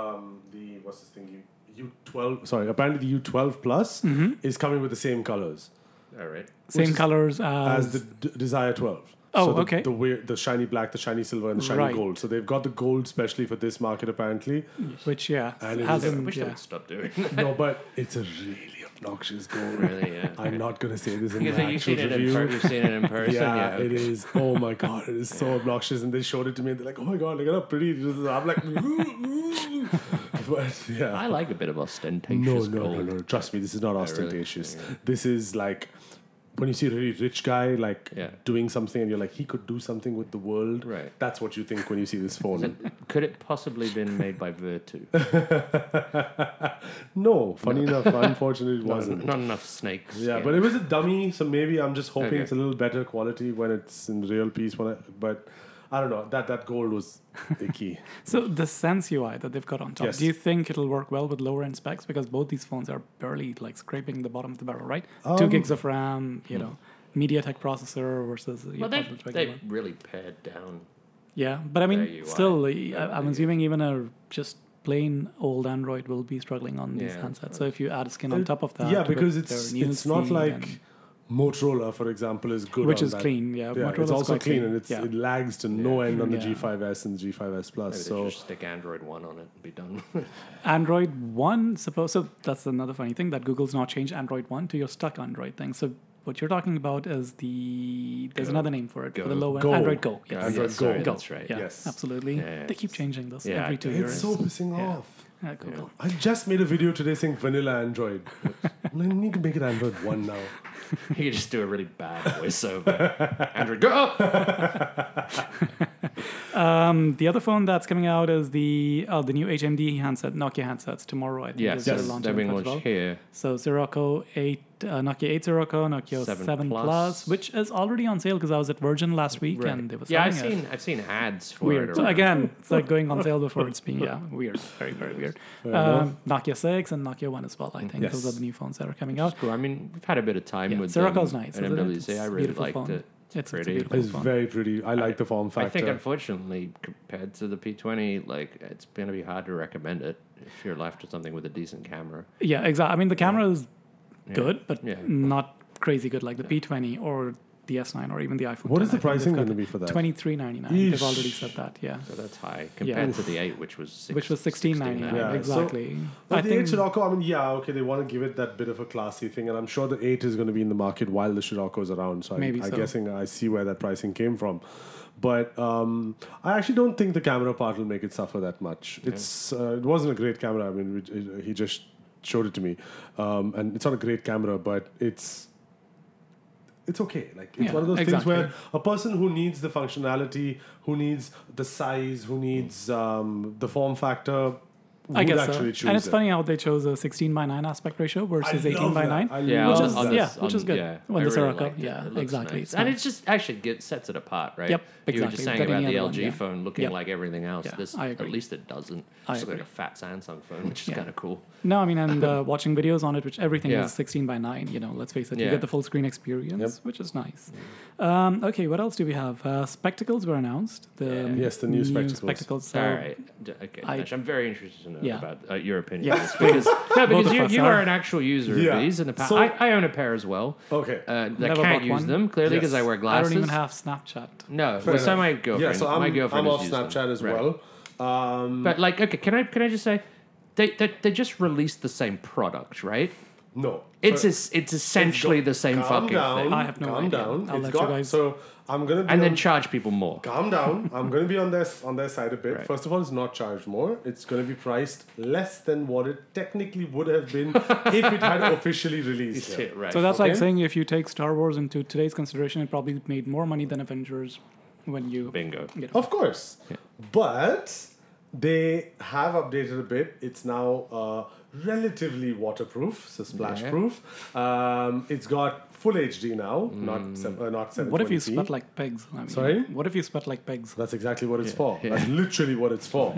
B: um, the what's this thing U U twelve sorry apparently the U twelve plus
A: Mm-hmm.
B: is coming with the same colors
C: all right,
A: Same
B: is-
A: colors uh, as,
B: as the D- Desire twelve.
A: Oh,
B: so the,
A: okay.
B: The weird, the shiny black, the shiny silver, and the shiny
A: Right.
B: gold. So they've got the gold specially for this market apparently.
A: Which yeah,
B: And it
A: has
B: is-
C: I
A: been-
C: wish they
A: yeah.
C: would stop doing that.
B: no, but it's a really obnoxious gold.
C: Really, yeah.
B: I'm not gonna say this in
C: Because
B: the
C: you've
B: actual
C: seen it in
B: review.
C: per- you've seen it in person.
B: yeah,
C: yeah,
B: it is. Oh my god, it is so obnoxious. And they showed it to me, and they're like, "Oh my god, look at how pretty it is." And I'm like, "Ooh, ooh." but
C: I
B: yeah,
C: like a bit of ostentatious
B: no, no,
C: gold.
B: no, no. Trust me, this is not
C: really?
B: ostentatious. This is like when you see a really rich guy like
C: Yeah.
B: doing something, and you're like, he could do something with the world.
C: Right.
B: That's what you think when you see this phone.
C: Could it possibly have been made by Virtu?
B: no, funny enough, unfortunately, it wasn't.
C: Not enough snakes.
B: Yeah, but it was a dummy, so maybe I'm just hoping
C: Okay.
B: it's a little better quality when it's in real piece. When I, but I don't know that that gold was icky.
A: So the Sense UI that they've got on top.
B: Yes.
A: Do you think it'll work well with lower end specs because both these phones are barely like scraping the bottom of the barrel, right? Two
B: Um,
A: gigs of RAM, you know, MediaTek processor versus your
C: Well, they
A: public regular
C: they
A: one.
C: really pared down.
A: yeah. But I
C: their
A: mean,
C: UI,
A: still, I,
C: their
A: I'm
C: UI.
A: assuming even a just plain old Android will be struggling on these
C: Yeah,
A: handsets. So if you add a skin on
B: Uh,
A: top of that,
B: yeah,
A: with
B: because
A: their
B: it's
A: new
B: it's not
A: scene
B: like
A: and-
B: Motorola, for example, is good,
A: which
B: on
A: is
B: that.
A: clean. Yeah,
B: Yeah,
A: Motoro's
B: it's also
A: quite
B: clean, and it's,
A: yeah.
B: it lags to no end on the
A: Yeah.
B: G5s and the G5s Plus.
C: Maybe they
B: Uh, so
C: should just stick Android One on it and be done. with it.
A: Android One supposed so that's another funny thing that Google's now changed Android One to your stuck Android thing. So what you're talking about is the there's
C: Go.
A: another name for it for
C: Go.
A: the low end
B: Go.
A: Android Go.
C: Yeah,
A: Yes.
B: Android
C: yeah, sorry,
B: Go.
C: That's right.
A: Yeah,
B: Yes.
A: absolutely.
C: Yeah, yeah,
A: They keep
C: it's-
A: changing this
C: yeah,
A: every two
C: it's
A: years.
B: it's so pissing
A: Yeah.
B: off.
A: Yeah, Google.
B: I just made a video today saying vanilla Android. I need to make it Android one now.
C: You could just do a really bad voiceover. Android Go. up!
A: Um, the other phone that's coming out is the oh, the new HMD handset, Nokia handsets tomorrow. I think
C: Yes,
A: they're
C: yes,
A: launching
C: they're being
A: them as well.
C: launched here.
A: So Sirocco 8, uh, Nokia 8 Sirocco, Nokia 7,
C: Seven
A: Plus.
C: Plus.
A: which is already on sale because I was at Virgin last week
C: Right.
A: and they were
C: yeah, I've
A: selling it.
C: seen I've seen ads for
A: Weird.
C: it.
A: So
C: around.
A: again, it's like going on sale before it's being yeah, weird, very very weird. Um, Nokia six and Nokia one as well. I think those
B: Mm, Yes.
A: are the new phones that are coming out.
C: Cool. I mean, we've had a bit of time
A: Yeah,
C: with
A: Sirocco's
C: them
A: nice,
C: at
A: isn't it?
C: MWC.
A: It's
C: I
A: a
C: really
A: beautiful
C: liked
A: phone.
C: it.
A: It's- it's a
C: pretty.
A: beautiful-
B: It's
A: fun.
B: very pretty. I like the form
C: I
B: factor.
C: think, unfortunately, compared to the P20, like it's going to be hard to recommend it if you're left with something with a decent camera.
A: Yeah, exactly. I mean, the camera is good, but
C: Yeah.
A: not crazy good like the P twenty or the S nine or even the iPhone.
B: What is the pricing going to be for that?
A: Twenty three ninety nine. They've
B: Yeesh.
A: already said that. Yeah,
C: So that's high compared to the 8, which was six,
A: which was sixteen ninety nine.
B: Yeah, so-
A: Exactly.
B: But
A: I
B: the
A: think
B: eight Scirocco, I mean, yeah, okay, they want to give it that bit of a classy thing, and I'm sure the eight is going to be in the market while the Scirocco's around. So I'm,
A: Maybe
B: I'm
A: so.
B: guessing I see where that pricing came from. But um, I actually don't think the camera part will make it suffer that much. It's uh, it wasn't a great camera. I mean, it, it, he just showed it to me, um, and it's not a great camera, but it's it's okay. Like it's
A: Yeah,
B: one of those
A: exactly.
B: things where a person who needs the functionality, who needs the size, who needs um, the form factor,
A: I
B: would
A: guess so.
B: actually choose
A: And it's
B: it.
A: funny how they chose a 16 by 9 aspect ratio
B: I
A: versus
B: love
A: 18 by
B: that.
A: 9.
B: I
C: Yeah,
B: love
A: Which is-
B: that.
A: yeah, which is good. When
C: I
A: the Sirocco-
C: liked it.
A: yeah,
C: It looks
A: exactly.
C: nice.
A: It's
C: and
A: nice.
C: it just actually gets, sets it apart, right?
A: Yep,
C: You were just
A: exactly.
C: saying
A: That
C: about
A: any
C: the
A: other one,
C: LG
A: yeah.
C: phone looking
A: Yep.
C: like everything else.
A: Yeah,
C: this
A: I
C: at
A: agree.
C: least it doesn't.
A: I
C: It's like
A: agree.
C: a fat Samsung phone, which is
A: Yeah.
C: kind of cool.
A: No, I mean, and uh, watching videos on it, which everything
C: Yeah.
A: is 16 by 9. You know, let's face it,
C: Yeah.
A: you get the full screen experience,
B: Yep.
A: which is nice. Um, okay, what else do we have? Uh, spectacles were announced. The
C: Yeah.
B: Yes, the new spectacles.
A: so-
C: All right. D- Okay.
A: I-
C: Dinesh, I'm very interested to know
A: Yeah.
C: about uh, your opinion.
A: Yeah.
C: on this because, no, because
A: of
C: you,
A: us
C: you are
A: are.
C: an actual user
B: Yeah.
C: of these, and the pa-
B: So-
C: I, I own a pair as well.
B: Okay.
C: Uh, that
A: Never
C: can't
A: bought
C: use
A: one.
C: them clearly because
B: Yes.
C: I wear
A: I
C: glasses.
A: don't even have Snapchat.
C: No,
B: Fair
C: well, so
B: enough.
C: my girlfriend.
B: Yeah, so I'm,
C: my girlfriend
B: I'm
C: has
B: off
C: used them.
B: Snapchat as
C: Right.
B: well. Um,
C: But like, okay, can I can I just say, they they, they just released the same product, right?
B: no.
C: It's
B: So-
C: es- it's essentially the same
B: calm
C: fucking
B: down,
C: thing,
A: I have no
B: calm
A: idea.
B: down.
A: I'll
B: It's
A: let you
B: got-
A: guys-
B: So I'm gonna be
C: and
B: on,
C: then charge people more.
B: calm down. I'm gonna be on their on their side a bit.
C: Right.
B: First of all, it's not charged more. It's gonna be priced less than what it technically would have been if it had officially released.
C: Yeah,
B: here.
C: right.
A: So that's like
B: Okay.
A: saying if you take Star Wars into today's consideration, it probably made more money than Avengers when you.
C: bingo.
A: You know.
B: Of course. But they have updated a bit. It's now uh, relatively waterproof, so splash proof. Um, it's got full HD now,
C: Mm.
B: not se- uh, not 720p.
A: What if you sweat like pigs? I mean,
B: Sorry?
A: What if you sweat like pigs?
B: That's exactly what it's for. That's literally what it's for.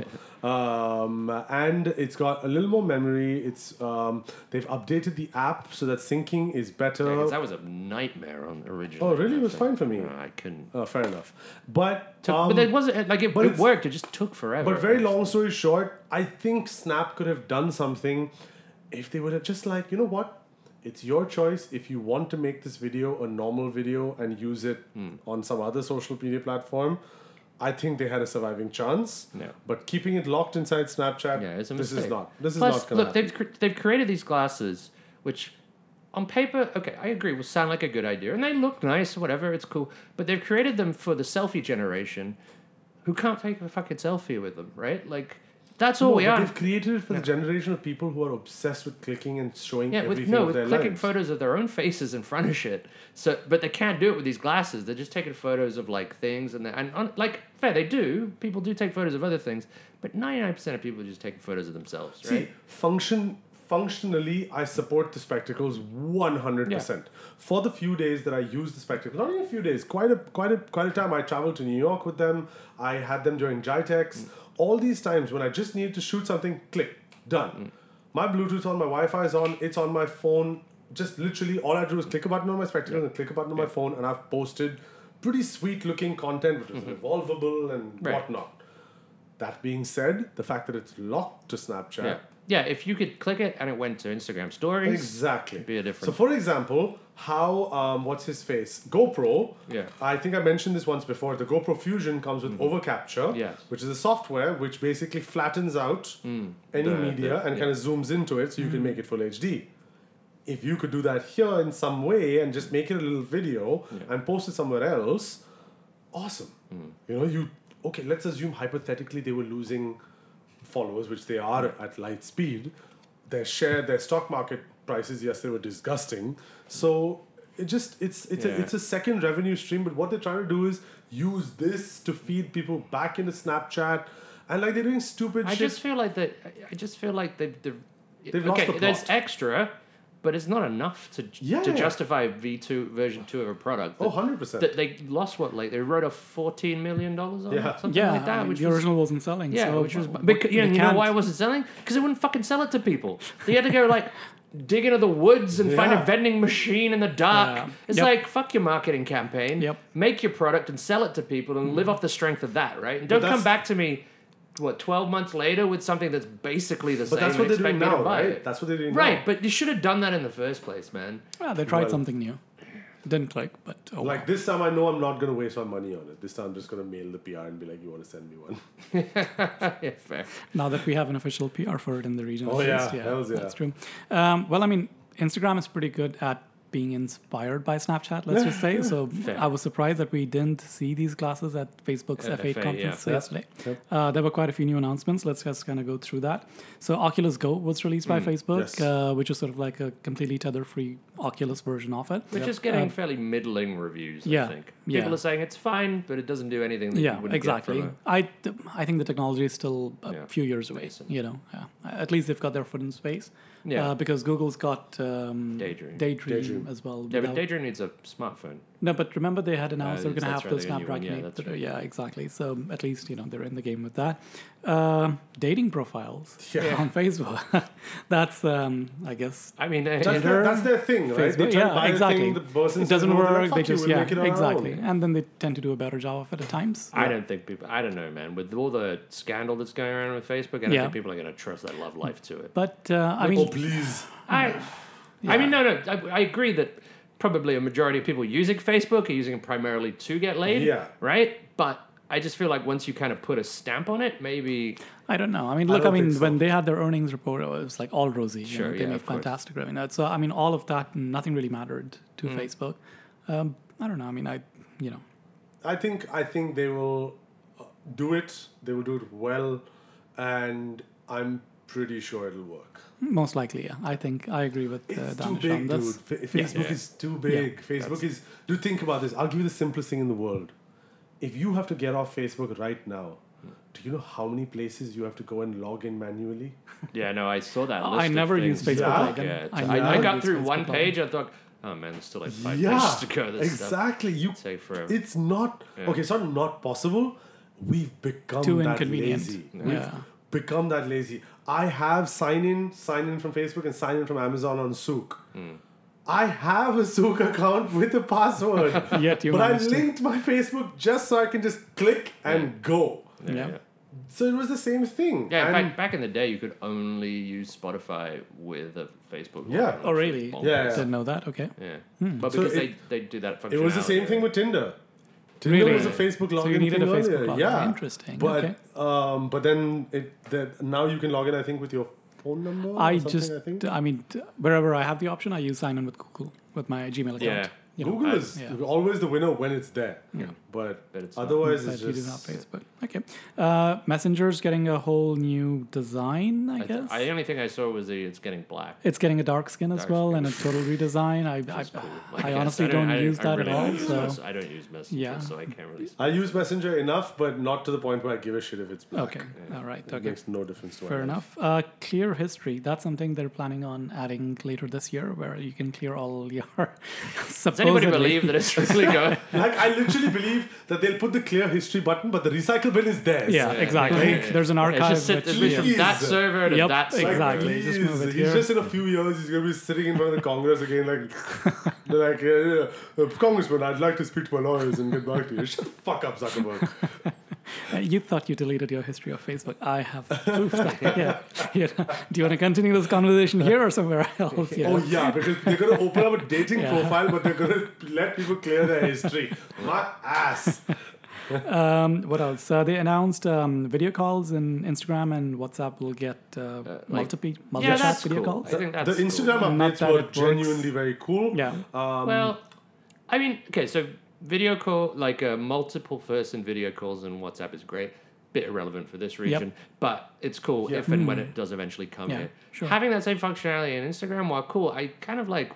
B: Um, and it's got a little more memory. It's um, they've updated the app so that syncing is
C: Yeah,
B: better.
C: 'cause that was a nightmare on originally.
B: Oh, really? It was
C: I
B: fine
C: think.
B: for me.
C: No, I couldn't.
B: uh, fair enough. But
C: Took-
B: um,
C: but it wasn't like it,
B: but
C: it
B: it's-
C: worked. It just took forever.
B: But very long story short, I think Snap could have done something if they would have just like, you know what? It's your choice if you want to make this video a normal video and use it
C: Hmm.
B: on some other social media platform. I think they had a surviving chance.
C: Yeah.
B: But keeping it locked inside Snapchat,
C: Yeah, it's a
B: this
C: mistake.
B: is not. This
C: Plus,
B: is not gonna
C: look, they've cr- they've created these glasses, which on paper, okay, I agree, will sound like a good idea, and they look nice, whatever, it's cool. But they've created them for the selfie generation, who can't take a fucking selfie with them, right? Like that's all
B: No,
C: we
B: but
C: are.
B: They've created it for the generation of people who are obsessed with clicking and showing
C: Yeah, with
B: everything
C: no,
B: of
C: with
B: their
C: clicking
B: lives.
C: photos of their own faces in front of shit. So, but they can't do it with these glasses. They're just taking photos of like things, and they- and on, like fair, they do. People do take photos of other things, but ninety nine percent of people are just taking photos of themselves, right?
B: See, function functionally, I support the spectacles one hundred percent. For the few days that I used the spectacles, not even a few days, quite a quite a quite a time. I traveled to New York with them. I had them during Jitex.
C: Mm.
B: All these times when I just needed to shoot something, click,
C: Mm.
B: done. My Bluetooth on, my Wi-Fi is on. It's on my phone. Just literally, all I do is click a button on my spectacles and click a button on my phone, and I've posted pretty sweet looking content, which is revolvable and
C: Mm-hmm. Right.
B: whatnot. That being said, the fact that it's locked to Snapchat
C: Yeah. Yeah, if you could click it and it went to Instagram stories.
B: Exactly.
C: be a
B: So,
C: different-
B: for example, how um, what's his face? GoPro.
C: Yeah. Mm-hmm.
B: I think I mentioned this once before. The GoPro Fusion comes with overcapture,
C: Yes. Mm.
B: which is a software which basically flattens out any
C: The-
B: media
C: the-
B: and
C: yeah. Mm.
B: kind of zooms into it, so you can make it full HD. If you could do that here in some way and just make it a little video and post it somewhere else, awesome. You know, you okay. Let's assume hypothetically they were losing followers, which they are at light speed. Their share, their stock market prices, yes, they were disgusting. So it just it's it's
C: Yeah.
B: a it's a second revenue stream. But what they're trying to do is use this to feed people back into Snapchat, and like they're doing stupid
C: I
B: shit.
C: just feel like that. I- I just feel like they've. they've,
B: They've lost
C: okay,
B: the
C: there's
B: plot.
C: extra, but it's not enough to
B: Yeah.
C: to justify V2 version 2 of a product.
B: oh,
C: That,
B: 100 percent.
C: that they lost what? Like they wrote a $14 million on it,
B: Yeah.
C: something
A: Yeah,
C: like that,
A: I mean,
C: which
A: the
C: was
A: original wasn't selling.
C: Yeah,
A: so
C: which was
A: what-
C: because, you, know,
A: they
C: you know
A: can't-
C: why it wasn't selling? Because they wouldn't fucking sell it to people. They had to go like dig into the woods and find a
B: Yeah.
C: vending machine in the dark.
A: Yeah.
C: It's
A: Yep.
C: like fuck your marketing campaign.
A: Yep.
C: Make your product and sell it to people and live off the strength of that, right? And don't come
B: that's-
C: back to me what 12 months later with something that's basically the same.
B: But that's what
C: and
B: they're doing
C: expect me to
B: now,
C: buy
B: right?
C: it.
B: That's what they're doing now.
C: Right, but you should have done that in the first place, man.
A: Yeah, Ah, they tried
B: Well-
A: something new. Didn't click, but oh,
B: Like
A: like
B: this time, I know I'm not gonna waste my money on it. This time, I'm just gonna mail the PR and be like, "You want to send me one?"
C: yeah, fair.
A: now that we have an official PR for it in the region.
B: Oh,
A: at least,
B: yeah, hells yeah.
A: that's true. Um, well, I mean, Instagram is pretty good at being inspired by Snapchat, let's just say. So
C: Fair.
A: I was surprised that we didn't see these glasses at Facebook's
C: At
A: F8
C: F8,
A: conference
C: yeah.
A: yesterday.
B: Yep.
A: Uh, there were quite a few new announcements. Let's just kind of go through that. So Oculus Go was released
C: Mm,
A: by Facebook,
B: yes.
A: uh, which is sort of like a completely tether-free Oculus version of it.
C: Which is getting fairly middling reviews,
A: yeah,
C: I think. People
A: yeah.
C: are saying it's fine, but it doesn't do anything that you
A: Yeah,
C: wouldn't
A: exactly.
C: get
A: I, th- I think the technology is still a
C: Yeah,
A: few years away.
C: nascent.
A: You know, yeah. at least they've got their foot in space.
C: Yeah.
A: Uh, because Google's got um,
C: Daydream.
B: Daydream.
A: as well.
C: from a, yeah, but
A: without-
C: Daydream needs a smartphone.
A: No, but remember they had announced they're
C: that's-
A: going to
C: that's
A: have the
C: right, the new
A: Snapdragon
C: one. Yeah,
A: 8.
C: that's right.
A: uh, Yeah, exactly. So at least you know they're in the game with that. Um, dating profiles
B: Yeah.
A: on Facebook. That's um, I guess.
C: I mean, uh,
B: That's their, that's their thing, right? They
A: Facebook,
B: try to buy
A: yeah,
B: the
A: exactly.
B: thing, the person
A: it doesn't
B: says, "Oh, they're
A: work. They
B: like, "Fuck you,
A: just
B: we'll
A: yeah,
B: make it on our
A: exactly.
B: own."
A: And then they tend to do a better job of it at times.
C: I don't think people. I don't know, man. With all the scandal that's going around with Facebook, I don't
A: Yeah.
C: think people are going to trust their love life to it.
A: But uh, I
B: Oh
A: mean,
B: please!
C: I, I mean, no, no. I, I agree that probably a majority of people using Facebook are using it primarily to get laid.
B: Yeah.
C: Right. But I just feel like once you kind of put a stamp on it, maybe
A: I don't know. I mean, look, I,
B: don't
A: mean,
B: think so.
A: when they had their earnings report, it was like all rosy. Sure,
C: Sure,
A: they
C: yeah,
A: made
C: of course.
A: fantastic revenue. So, I mean, all of that, nothing really mattered to Facebook. Um, I don't know. I mean, I, you know,
B: I think I think they will uh, do it. They will do it well, and I'm pretty sure it'll work.
A: most likely, yeah. I think I agree with uh,
B: It's too
A: Danish on
B: big, dude.
A: this.
B: Fa- Facebook
C: Yeah.
B: is too big. Facebook is. Do think about this. I'll give you the simplest thing in the world. If you have to get off Facebook right now, do you know how many places you have to go and log in manually?
C: Yeah, no, I saw that. List
A: I
C: of
A: never
C: things.
A: use Facebook
B: Yeah.
A: login.
C: Yeah,
A: I
C: I, I,
A: never
C: got
A: use
C: through
A: Facebook
C: one
A: login.
C: page. I thought, oh man, there's still like five
B: yeah,
C: pages to go. This stuff
B: exactly. You,
C: take forever.
B: it's not okay. It's not not possible. We've become
A: Too
B: that
A: inconvenient.
B: lazy.
A: Yeah.
B: We've become that lazy. I have sign in, sign in from Facebook, and sign in from Amazon on Souk.
C: Hmm.
B: I have a Souk account with a password.
A: Yet you
B: but I
A: managed to-
B: linked my Facebook just so I can just click and go.
C: yeah.
A: Yeah.
C: yeah.
B: So it was the same thing.
C: Yeah, in
B: And-
C: fact, back in the day, you could only use Spotify with a Facebook.
B: Yeah.
C: login,
A: Oh,
C: which
A: really? Hmm.
C: was bonkers.
B: Yeah, yeah.
A: Didn't know that. Okay.
C: Yeah. But
B: So
C: because
B: it-
C: they, they do that functionality.
B: It was the same thing with Tinder. Tinder
A: Really?
B: was a Facebook login.
A: So you needed
B: thing
A: a Facebook
B: earlier.
A: login.
B: Yeah,
A: Interesting.
B: But
A: Okay.
B: um, but then it that now you can log in. I think with your phone number. or
A: I
B: something,
A: just,
B: I think.
A: I mean, t- wherever I have the option, I use sign in with Google with my Gmail account.
C: Yeah.
A: You know,
B: Google
C: I-
B: is
A: yeah.
B: always the winner when it's there. Yeah. But,
C: But it's not.
B: otherwise,
A: But
B: it's
A: you do not
B: just
A: Facebook. Okay. Uh, Messenger's getting a whole new design, I,
C: I, th-
A: guess.
C: I- the only thing I saw was the it's getting black.
A: it's getting a dark skin as
C: Dark
A: well and
C: skin.
A: a total redesign. I, I,
C: It's cool.
A: I
C: guess.
A: honestly don't,
C: I
A: use
C: I
A: that
C: really
A: at all.
C: don't use Mes-
A: So
C: I don't use Messenger,
A: Yeah.
C: so I can't really.
B: I use Messenger enough, but not to the point where I give a shit if it's black.
A: okay, all right,
B: It
A: okay,
B: makes no difference to my
A: fair
B: life.
A: enough. Uh, clear history. That's something they're planning on adding later this year, where you can clear all your.
C: Does anybody
A: supposedly,
C: believe that it's really going?
B: Like I literally believe that they'll put the clear history button, but the recycle bin is there.
A: Yeah,
C: Yeah,
A: exactly.
C: yeah, yeah.
A: There's an
C: It's
A: archive.
C: just sit
A: which-
C: there's been from
B: Jeez.
C: that server to
A: Yep,
C: that server.
B: Like,
A: Exactly,
B: Please.
A: just move it
B: he's
A: here.
B: just in a few years he's gonna be sitting in front of the Congress again, like, like uh, uh, Congressman, I'd like to speak to my lawyers and get back to you. Shut the fuck up, Zuckerberg.
A: Uh, You thought you deleted your history of Facebook. I have proof that. Yeah. yeah. Do you want to continue this conversation here or somewhere else? You know?
B: Oh yeah, because they're gonna open up a dating
A: Yeah.
B: profile, but they're gonna let people clear their history. My ass.
A: Um, what else? Uh, they announced um, video calls and Instagram and WhatsApp will get uh,
C: like-
A: multiple multi
C: Yeah,
A: chat
C: that's
A: video
C: cool.
A: calls.
C: I think that's
B: the
C: cool.
A: Not
B: Instagram
A: that
B: updates were
A: it works.
B: genuinely very cool.
A: Yeah.
B: Um,
C: Well, I mean, okay, so video call, like uh, multiple person video calls and WhatsApp is great. Bit irrelevant for this region, but it's cool
B: Yeah.
C: if and when it does eventually come
A: Yeah,
C: here.
A: sure.
C: Having that same functionality in Instagram, while cool, I kind of like.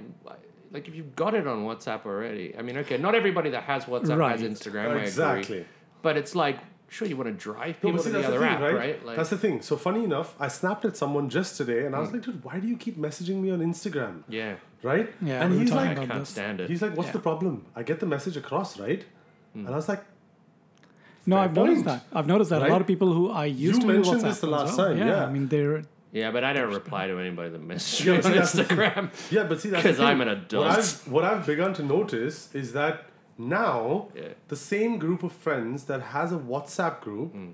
C: Like if you've got it on WhatsApp already, I mean, okay, not everybody that has WhatsApp
A: Right.
C: has Instagram, I
B: Exactly.
C: agree. But it's like, sure, you want to drive
B: No,
C: people
B: but
C: to
B: see,
C: the
B: that's
C: other
B: thing,
C: app, right? Like,
B: that's the thing. So funny enough, I snapped at someone just today, and I was like, "Dude, why do you keep messaging me on Instagram?"
C: yeah,
B: Right?
A: Yeah,
B: and
A: we were
B: he's
A: talking
B: like,
C: I
A: about
C: can't
A: this.
C: stand it.
B: He's like, "What's
A: Yeah. Hmm.
B: the problem? I get the message across, right?" And I was like,
A: No,
B: Fair
A: I've noticed
B: point.
A: that. I've noticed that a lot
B: Right?
A: of people who I used
B: You
A: to
B: mentioned
A: WhatsApp
B: this the
A: as
B: last
A: well.
B: time,
A: Yeah,
B: yeah.
A: I mean they're
C: yeah, but I don't reply to anybody that messages
B: Yeah,
C: me
B: but see,
C: on
B: that's the thing.
C: Instagram.
B: "Yeah, but see, that's
C: 'Cause
B: the thing.
C: I'm an adult.
B: What I've, what I've begun to notice is that now
C: Yeah.
B: the same group of friends that has a WhatsApp group
C: Hmm.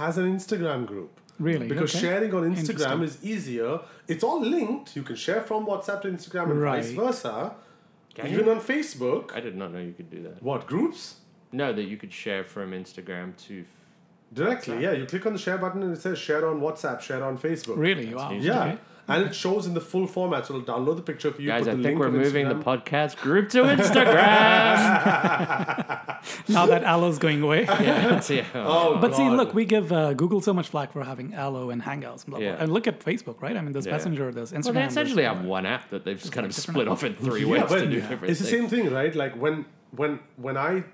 B: has an Instagram group.
A: Really?
B: Because
A: Okay.
B: sharing on
A: Interesting.
B: Instagram is easier. It's all linked. You can share from WhatsApp to Instagram and vice
A: Right.
B: versa.
C: Can
B: Even
C: you?
B: on Facebook.
C: I did not know you could do that.
B: What groups?
C: No, that you could share from Instagram to.
B: Directly, yeah. You click on the share button and it says share on WhatsApp, share on Facebook.
A: really wow.
C: easy.
B: Yeah.
A: Okay.
B: and it shows in the full format. So it'll download the picture for you.
C: Guys,
B: put
C: I
B: the link
C: think we're
B: on
C: moving
B: Instagram.
C: the podcast group to Instagram.
A: now that Allo's going away.
C: yeah, it's- yeah.
B: Oh,
A: But see,
B: God.
A: look, we give uh, Google so much flack for having Allo and Hangouts, and blah, blah.
C: Yeah.
A: And look at Facebook, right? I mean, there's
C: Yeah.
A: Messenger, there's Instagram.
C: Well, they
A: there's-
C: essentially have one app that they've kind
A: like
C: of
A: different
C: split
A: apps.
C: off in three
B: Yeah,
C: ways
B: but
C: to do
B: it's
C: different
B: the
C: things.
B: same thing, right? Like when when when I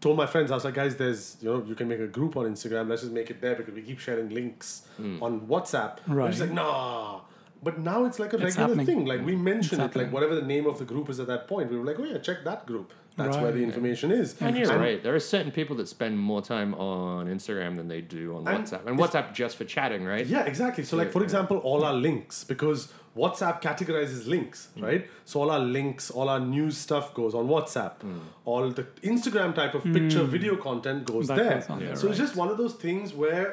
B: told my friends, I was like, guys, there's you know you can make a group on Instagram. Let's just make it there because we keep sharing links
C: Hmm.
B: on WhatsApp. They're
A: Right.
B: just like nah. But now it's like a
A: It's
B: regular
A: happening.
B: thing. Like we mention it, like
A: happening.
B: whatever the name of the group is at that point, we were like, oh yeah, check that group. That's where
A: Right.
B: the information is.
C: And you're right. There are certain people that spend more time on Instagram than they do
B: And
C: on WhatsApp. And WhatsApp just for chatting, right?
B: Yeah, exactly. So, like for example, all our links because WhatsApp categorizes links, right? So all our links, all our news stuff goes on WhatsApp. All the Instagram type of picture, video content goes
A: Hmm. That
B: there.
A: goes on there,
B: so it's just one of those things where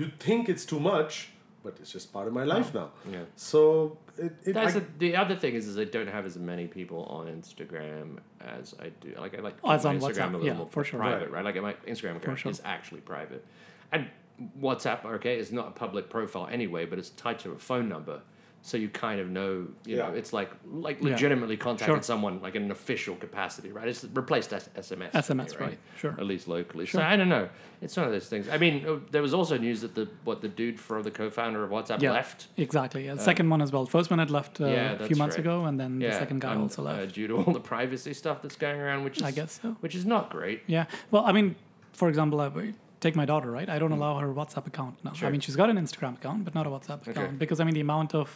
B: you think it's too much, but it's just part of my life
A: Hmm.
B: now.
C: Yeah.
B: So it, it
C: That's
B: I-
C: the- the other thing is, is I don't have as many people on Instagram as I do. Like I like
A: Oh, as
C: keep
A: on
C: my Instagram
A: WhatsApp.
C: a little
A: Yeah,
C: more
A: for sure.
C: private, right? Like my Instagram account
A: sure.
C: is actually private, and WhatsApp okay is not a public profile anyway, but it's tied to a phone number, so you kind of know. You know,
B: Yeah.
C: it's like like
A: Yeah.
C: legitimately contacting
A: Sure.
C: someone like in an official capacity, right? It's replaced S- SMS. for
A: SMS,
C: me,
A: right. Sure.
C: At least locally. So I don't know. It's one of those things. I mean, uh, there was also news that the what the dude for the co-founder of WhatsApp
A: Yeah,
C: left.
A: Exactly. Yeah. second one as well. First one had left uh,
C: Yeah,
A: a few
C: that's
A: months
C: right.
A: ago, and then the
C: Yeah,
A: second guy
C: um,
A: also left.
C: uh, due to all the privacy stuff that's going around, which is
A: I guess so.
C: which is not great.
A: Yeah. Well, I mean, for example, I would take my daughter, right? I don't allow her WhatsApp account now.
C: Mm. Sure.
A: I mean, she's got an Instagram account, but not a WhatsApp account because I mean, the amount of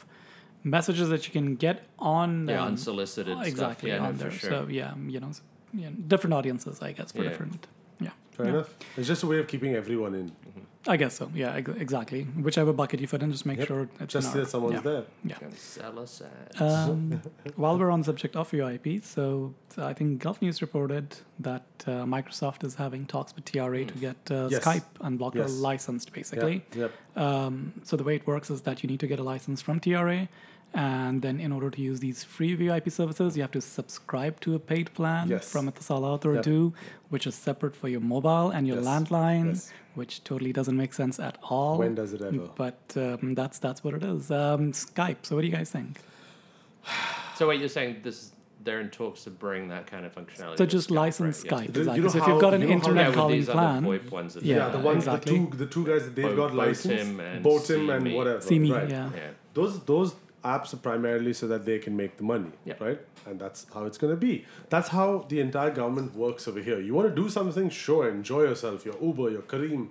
A: messages that she can get on
C: Yeah,
A: um,
C: unsolicited stuff.
A: exactly
C: Yeah, no,
A: on
C: for
A: there.
C: sure.
A: So yeah, um, you know, s- yeah, different audiences, I guess, for
C: Yeah.
A: different. Yeah.
B: fair
A: yeah.
B: enough. It's just a way of keeping everyone in.
A: I guess so. Yeah, ex- exactly. Whichever bucket you fit in, just make
B: Yep.
A: sure it's
B: just
A: in our-
B: that someone's
A: yeah.
B: there.
A: Yeah.
C: Gonna sell us ads.
A: Um, while we're on the subject of UIP, so uh, I think Gulf News reported that uh, Microsoft is having talks with TRA to get uh,
B: Mm. Yes.
A: Skype unblocker
B: Yes.
A: licensed,
B: Yeah.
A: basically.
B: Yep.
A: Um, so the way it works is that you need to get a license from TRA, and then in order to use these free VIP services, you have to subscribe to a paid plan
B: Yes.
A: from Etisal Author
B: Yep.
A: 2, which is separate for your mobile and your
B: Yes.
A: landline,
B: Yes.
A: which totally doesn't make sense at all.
B: When does it ever?
A: But um, that's that's what it is. Um, Skype. So what do you guys think?
C: so wait, you're saying this is they're in talks to bring that kind of functionality?
A: So
C: to
A: just
C: Skype,
A: license
C: right? Oh, Yeah.
A: Skype.
B: Do- you
A: exactly.
B: know
A: so if you've
B: how-
A: got an
B: you know how-
A: internet
C: Yeah, with
A: calling
C: these
A: plan,
C: other VoIP ones. That
A: Yeah,
B: Yeah,
C: yeah,
B: the ones
A: exactly.
B: the two the two guys that they've
C: Bo-
B: got licensed,
C: Botim and
B: Botim and
C: Seemi.
B: whatever.
A: see me.
B: right.
A: Yeah.
C: yeah.
B: those those apps are primarily so that they can make the money
C: Yeah.
B: right and that's how it's going to be that's how the entire government works over here you want to do something sure enjoy yourself your uber your kareem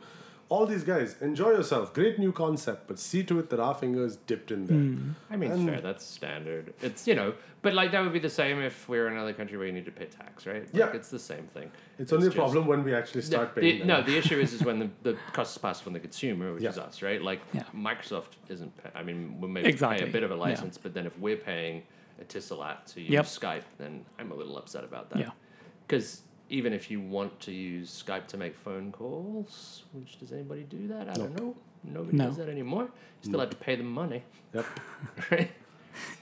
B: all these guys enjoy yourself great new concept but see to it that our fingers dipped in there
A: Hmm.
C: I mean,
B: And-
C: fair. That's standard. It's you know, but like that would be the same if we were in another country where you need to pay tax, right? Like,
B: Yeah.
C: it's the same thing.
B: it's only a
C: just-
B: problem when we actually start
C: the,
B: paying
C: the-
B: them.
C: no, the issue is is when the, the cost is passed on the consumer, which
B: Yeah.
C: is us, right? Like
A: Yeah.
C: Microsoft isn't. Pay, I mean, we may pay
A: Exactly.
C: a bit of a
A: Yeah.
C: license, but then if we're paying a Tisalat to use
A: Yep.
C: Skype, then I'm a little upset about that.
A: Yeah.
C: Because even if you want to use Skype to make phone calls, which does anybody do that? I don't know. Nobody
A: No.
C: does that anymore. You still have to pay them money,
B: yep.
C: right?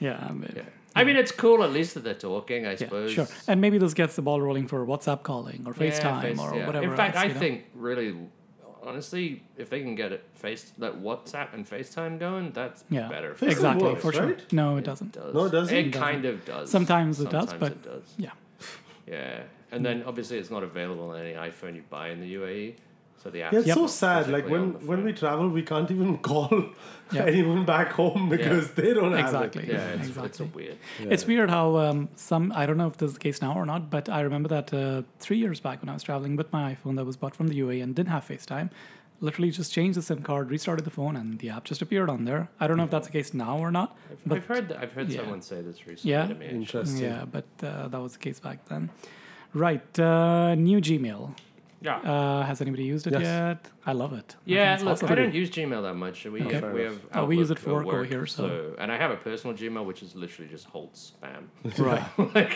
A: Yeah, I mean-
C: Yeah. I mean, it's cool at least that they're talking. I
A: yeah,
C: suppose.
A: sure. And maybe this gets the ball rolling for WhatsApp calling or
C: Yeah,
A: FaceTime
C: face-
A: or
C: yeah.
A: whatever.
C: In fact,
A: else,
C: I
A: you know?
C: think really, honestly, if they can get it face like WhatsApp and FaceTime going, that's
A: Yeah.
C: better.
B: Face-
A: exactly
B: works,
A: for sure.
B: right?
A: No, it, doesn't.
C: Does.
B: No, it doesn't.
C: It
B: It
A: doesn't.
C: kind of does.
A: Sometimes it does,
C: Sometimes
A: but-
C: it does.
A: Yeah,
C: Yeah, and then obviously it's not available on any iPhone you buy in the UAE. So the app.
B: Yeah, it's so sad. Like when when we travel, we can't even call
A: Yeah.
B: anyone back home because they don't have it.
A: exactly.
C: Yeah, it's, it's a
A: exactly.
C: weird.
A: It's weird how um, some I don't know if this is the case now or not, but I remember that uh, three years back when I was traveling with my iPhone that was bought from the UAE and didn't have FaceTime, literally just changed the SIM card, restarted the phone, and the app just appeared on there. I don't know if that's the case now or not, but
C: I've heard that, I've heard
A: yeah.
C: someone say this recently
A: Yeah.
C: to me. actually.
B: Interesting.
A: yeah, but uh, that was the case back then. Right, uh, new Gmail.
C: Yeah.
A: Uh, has anybody used it
B: Yes.
A: yet? I love it. I
C: Yeah,
A: think it's
C: look,
A: awesome.
C: I don't use Gmail that much. We,
B: Okay. Fair
C: we have
B: enough.
A: Oh, we use
C: Outlook
A: it for
C: at
A: work over here, so-
C: and I have a personal Gmail which is literally just holds spam.
A: Right.
C: like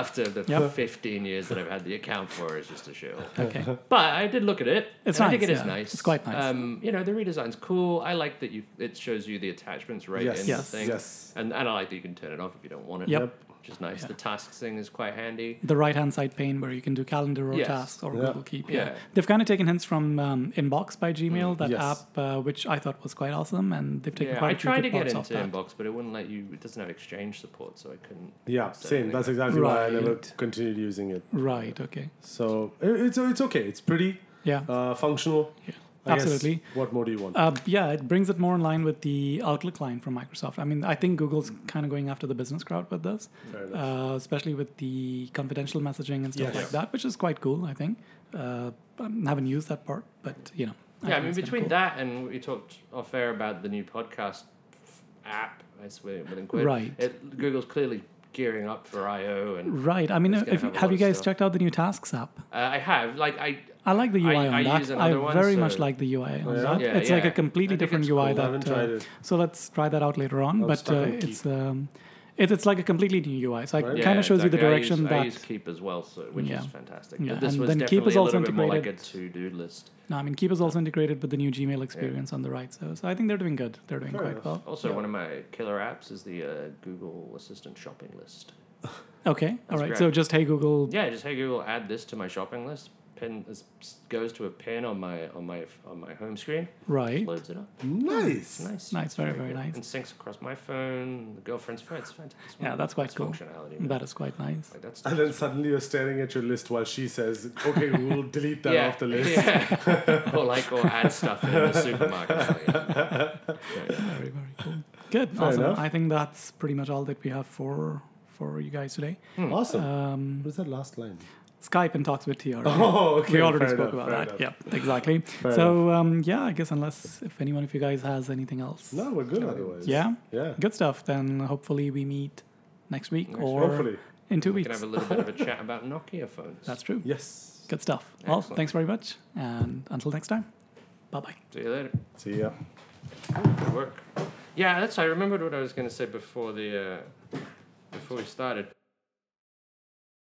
C: after the
A: Yep.
C: fifteen years that I've had the account for, it's just a shit.
A: Okay.
C: But I did look at it.
A: It's
C: and I think
A: nice,
C: it is
A: yeah.
C: nice.
A: It's quite nice.
C: Um, you know, the redesign's cool. I like that you it shows you the attachments right
B: Yes.
C: in
A: Yes.
C: the thing.
B: Yes.
C: And and I like that you can turn it off if you don't want it.
A: Yep.
C: which is nice. The tasks thing is quite handy.
A: the right hand side pane where you can do calendar or
C: Yes.
A: tasks or
B: Yeah.
A: Google Keep.
C: Yeah. Mm.
A: They've kind of taken hints from um, Inbox by Gmail, that
B: Yes.
A: app, uh, which I thought was quite awesome, and they've taken
C: Yeah,
A: quite
C: I
A: a few
C: tried
A: good
C: to get
A: parts off
C: into
A: that.
C: inbox, but it wouldn't let you. It doesn't have exchange support, so I couldn't.
B: Yeah,
C: So
B: same.
C: like-
B: That's exactly why I never
A: Right.
B: continued using it.
A: Right. Okay.
B: So i- it's it's okay. It's pretty,
A: Yeah.
B: uh, functional.
A: Yeah.
B: I guess.
A: Absolutely.
B: What more do you want?
A: Uh, yeah, it brings it more in line with the Outlook line from Microsoft. I mean, I think Google's kind of going after the business crowd with this,
B: Fair enough.
A: uh, especially with the confidential messaging and stuff
B: Yes.
A: like that, which is quite cool. I think. Uh, I haven't used that part, but you know.
C: yeah, I
A: think
C: mean,
A: it's kinda
C: between
A: cool.
C: that and we talked off air about the new podcast f- app, I swear, within Quid,
A: Right.
C: It, Google's clearly gearing up for I/O, and uh,
A: Right. I mean,
C: It's gonna
A: if,
C: have a
A: have
C: lot
A: you
C: of
A: guys
C: stuff.
A: checked out the new Tasks app?
C: I have like I.
A: I like the UI
C: I-
A: on
C: I
A: that.
C: use
A: I
C: another one,
A: very
C: so-
A: much like the UI on
B: Yeah?
A: that.
C: Yeah,
A: it's like
C: yeah.
A: a completely
C: I think
A: different
C: it's
A: UI
C: cool.
B: I
A: that.
B: haven't
A: uh,
B: tried it.
A: So let's try that out later on.
B: I'm
A: but
B: stuck
A: uh,
B: on Keep.
A: it's um, it, it's like a completely new UI. So it
B: Right.
A: kind
C: Yeah,
A: of shows you the
C: exactly.
A: direction
C: I use, I
A: that.
C: use Keep as well, so which
A: Yeah.
C: is fantastic.
A: Yeah,
C: But this
A: and
C: was
A: then Keep
C: definitely
A: is also
C: a little bit more like a
A: integrated.
C: to-do list.
A: No, I mean Keep is also integrated with the new Gmail experience on the right. So, so I think they're doing good. They're doing
B: Fair
A: quite
B: enough.
A: well.
C: Also, one of my killer apps is the uh, Google Assistant shopping list.
A: Okay. All
C: That's
A: right.
C: great.
A: So just hey Google.
C: Yeah, just hey Google, add this to my shopping list. Pin is, goes to a pin on my on my on my home screen.
A: Right.
C: Loads it up.
B: nice.
C: Nice.
A: Nice, very, very
C: cool.
A: nice.
C: And syncs across my phone, the girlfriend's phone. It's fantastic.
A: Yeah, that's quite
C: It's
A: cool.
C: Functionality. man.
A: That is quite nice.
C: Like, that's
B: And then suddenly you're staring at your list while she says, "Okay, we'll delete that
C: yeah,
B: off the list."
C: Yeah. or like, or add stuff in the supermarket. Like, yeah. Yeah,
A: Very, very cool. Good.
B: Fair
A: awesome.
B: enough.
A: I think that's pretty much all that we have for for you guys today.
B: Awesome.
A: Um,
B: what is that last line?
A: Skype and talks with TR.
B: Oh, okay.
A: we already
B: fair
A: spoke
B: enough,
A: about
B: fair
A: that.
B: enough.
A: Yeah, exactly.
B: Fair
A: so um, yeah, I guess unless if anyone of you guys has anything else,
B: No, we're good otherwise.
A: yeah,
B: Yeah.
A: good stuff. Then hopefully we meet next week
C: Next
A: or
B: Hopefully.
A: in two
C: we
A: weeks.
C: can have a little bit of a chat about Nokia phones.
A: That's true.
B: Yes.
A: Good stuff. Well,
C: Excellent.
A: thanks very much, and until next time, bye bye.
C: See you later.
B: See ya.
C: Good work. Yeah, that's. I remembered what I was going to say before the uh, before we started.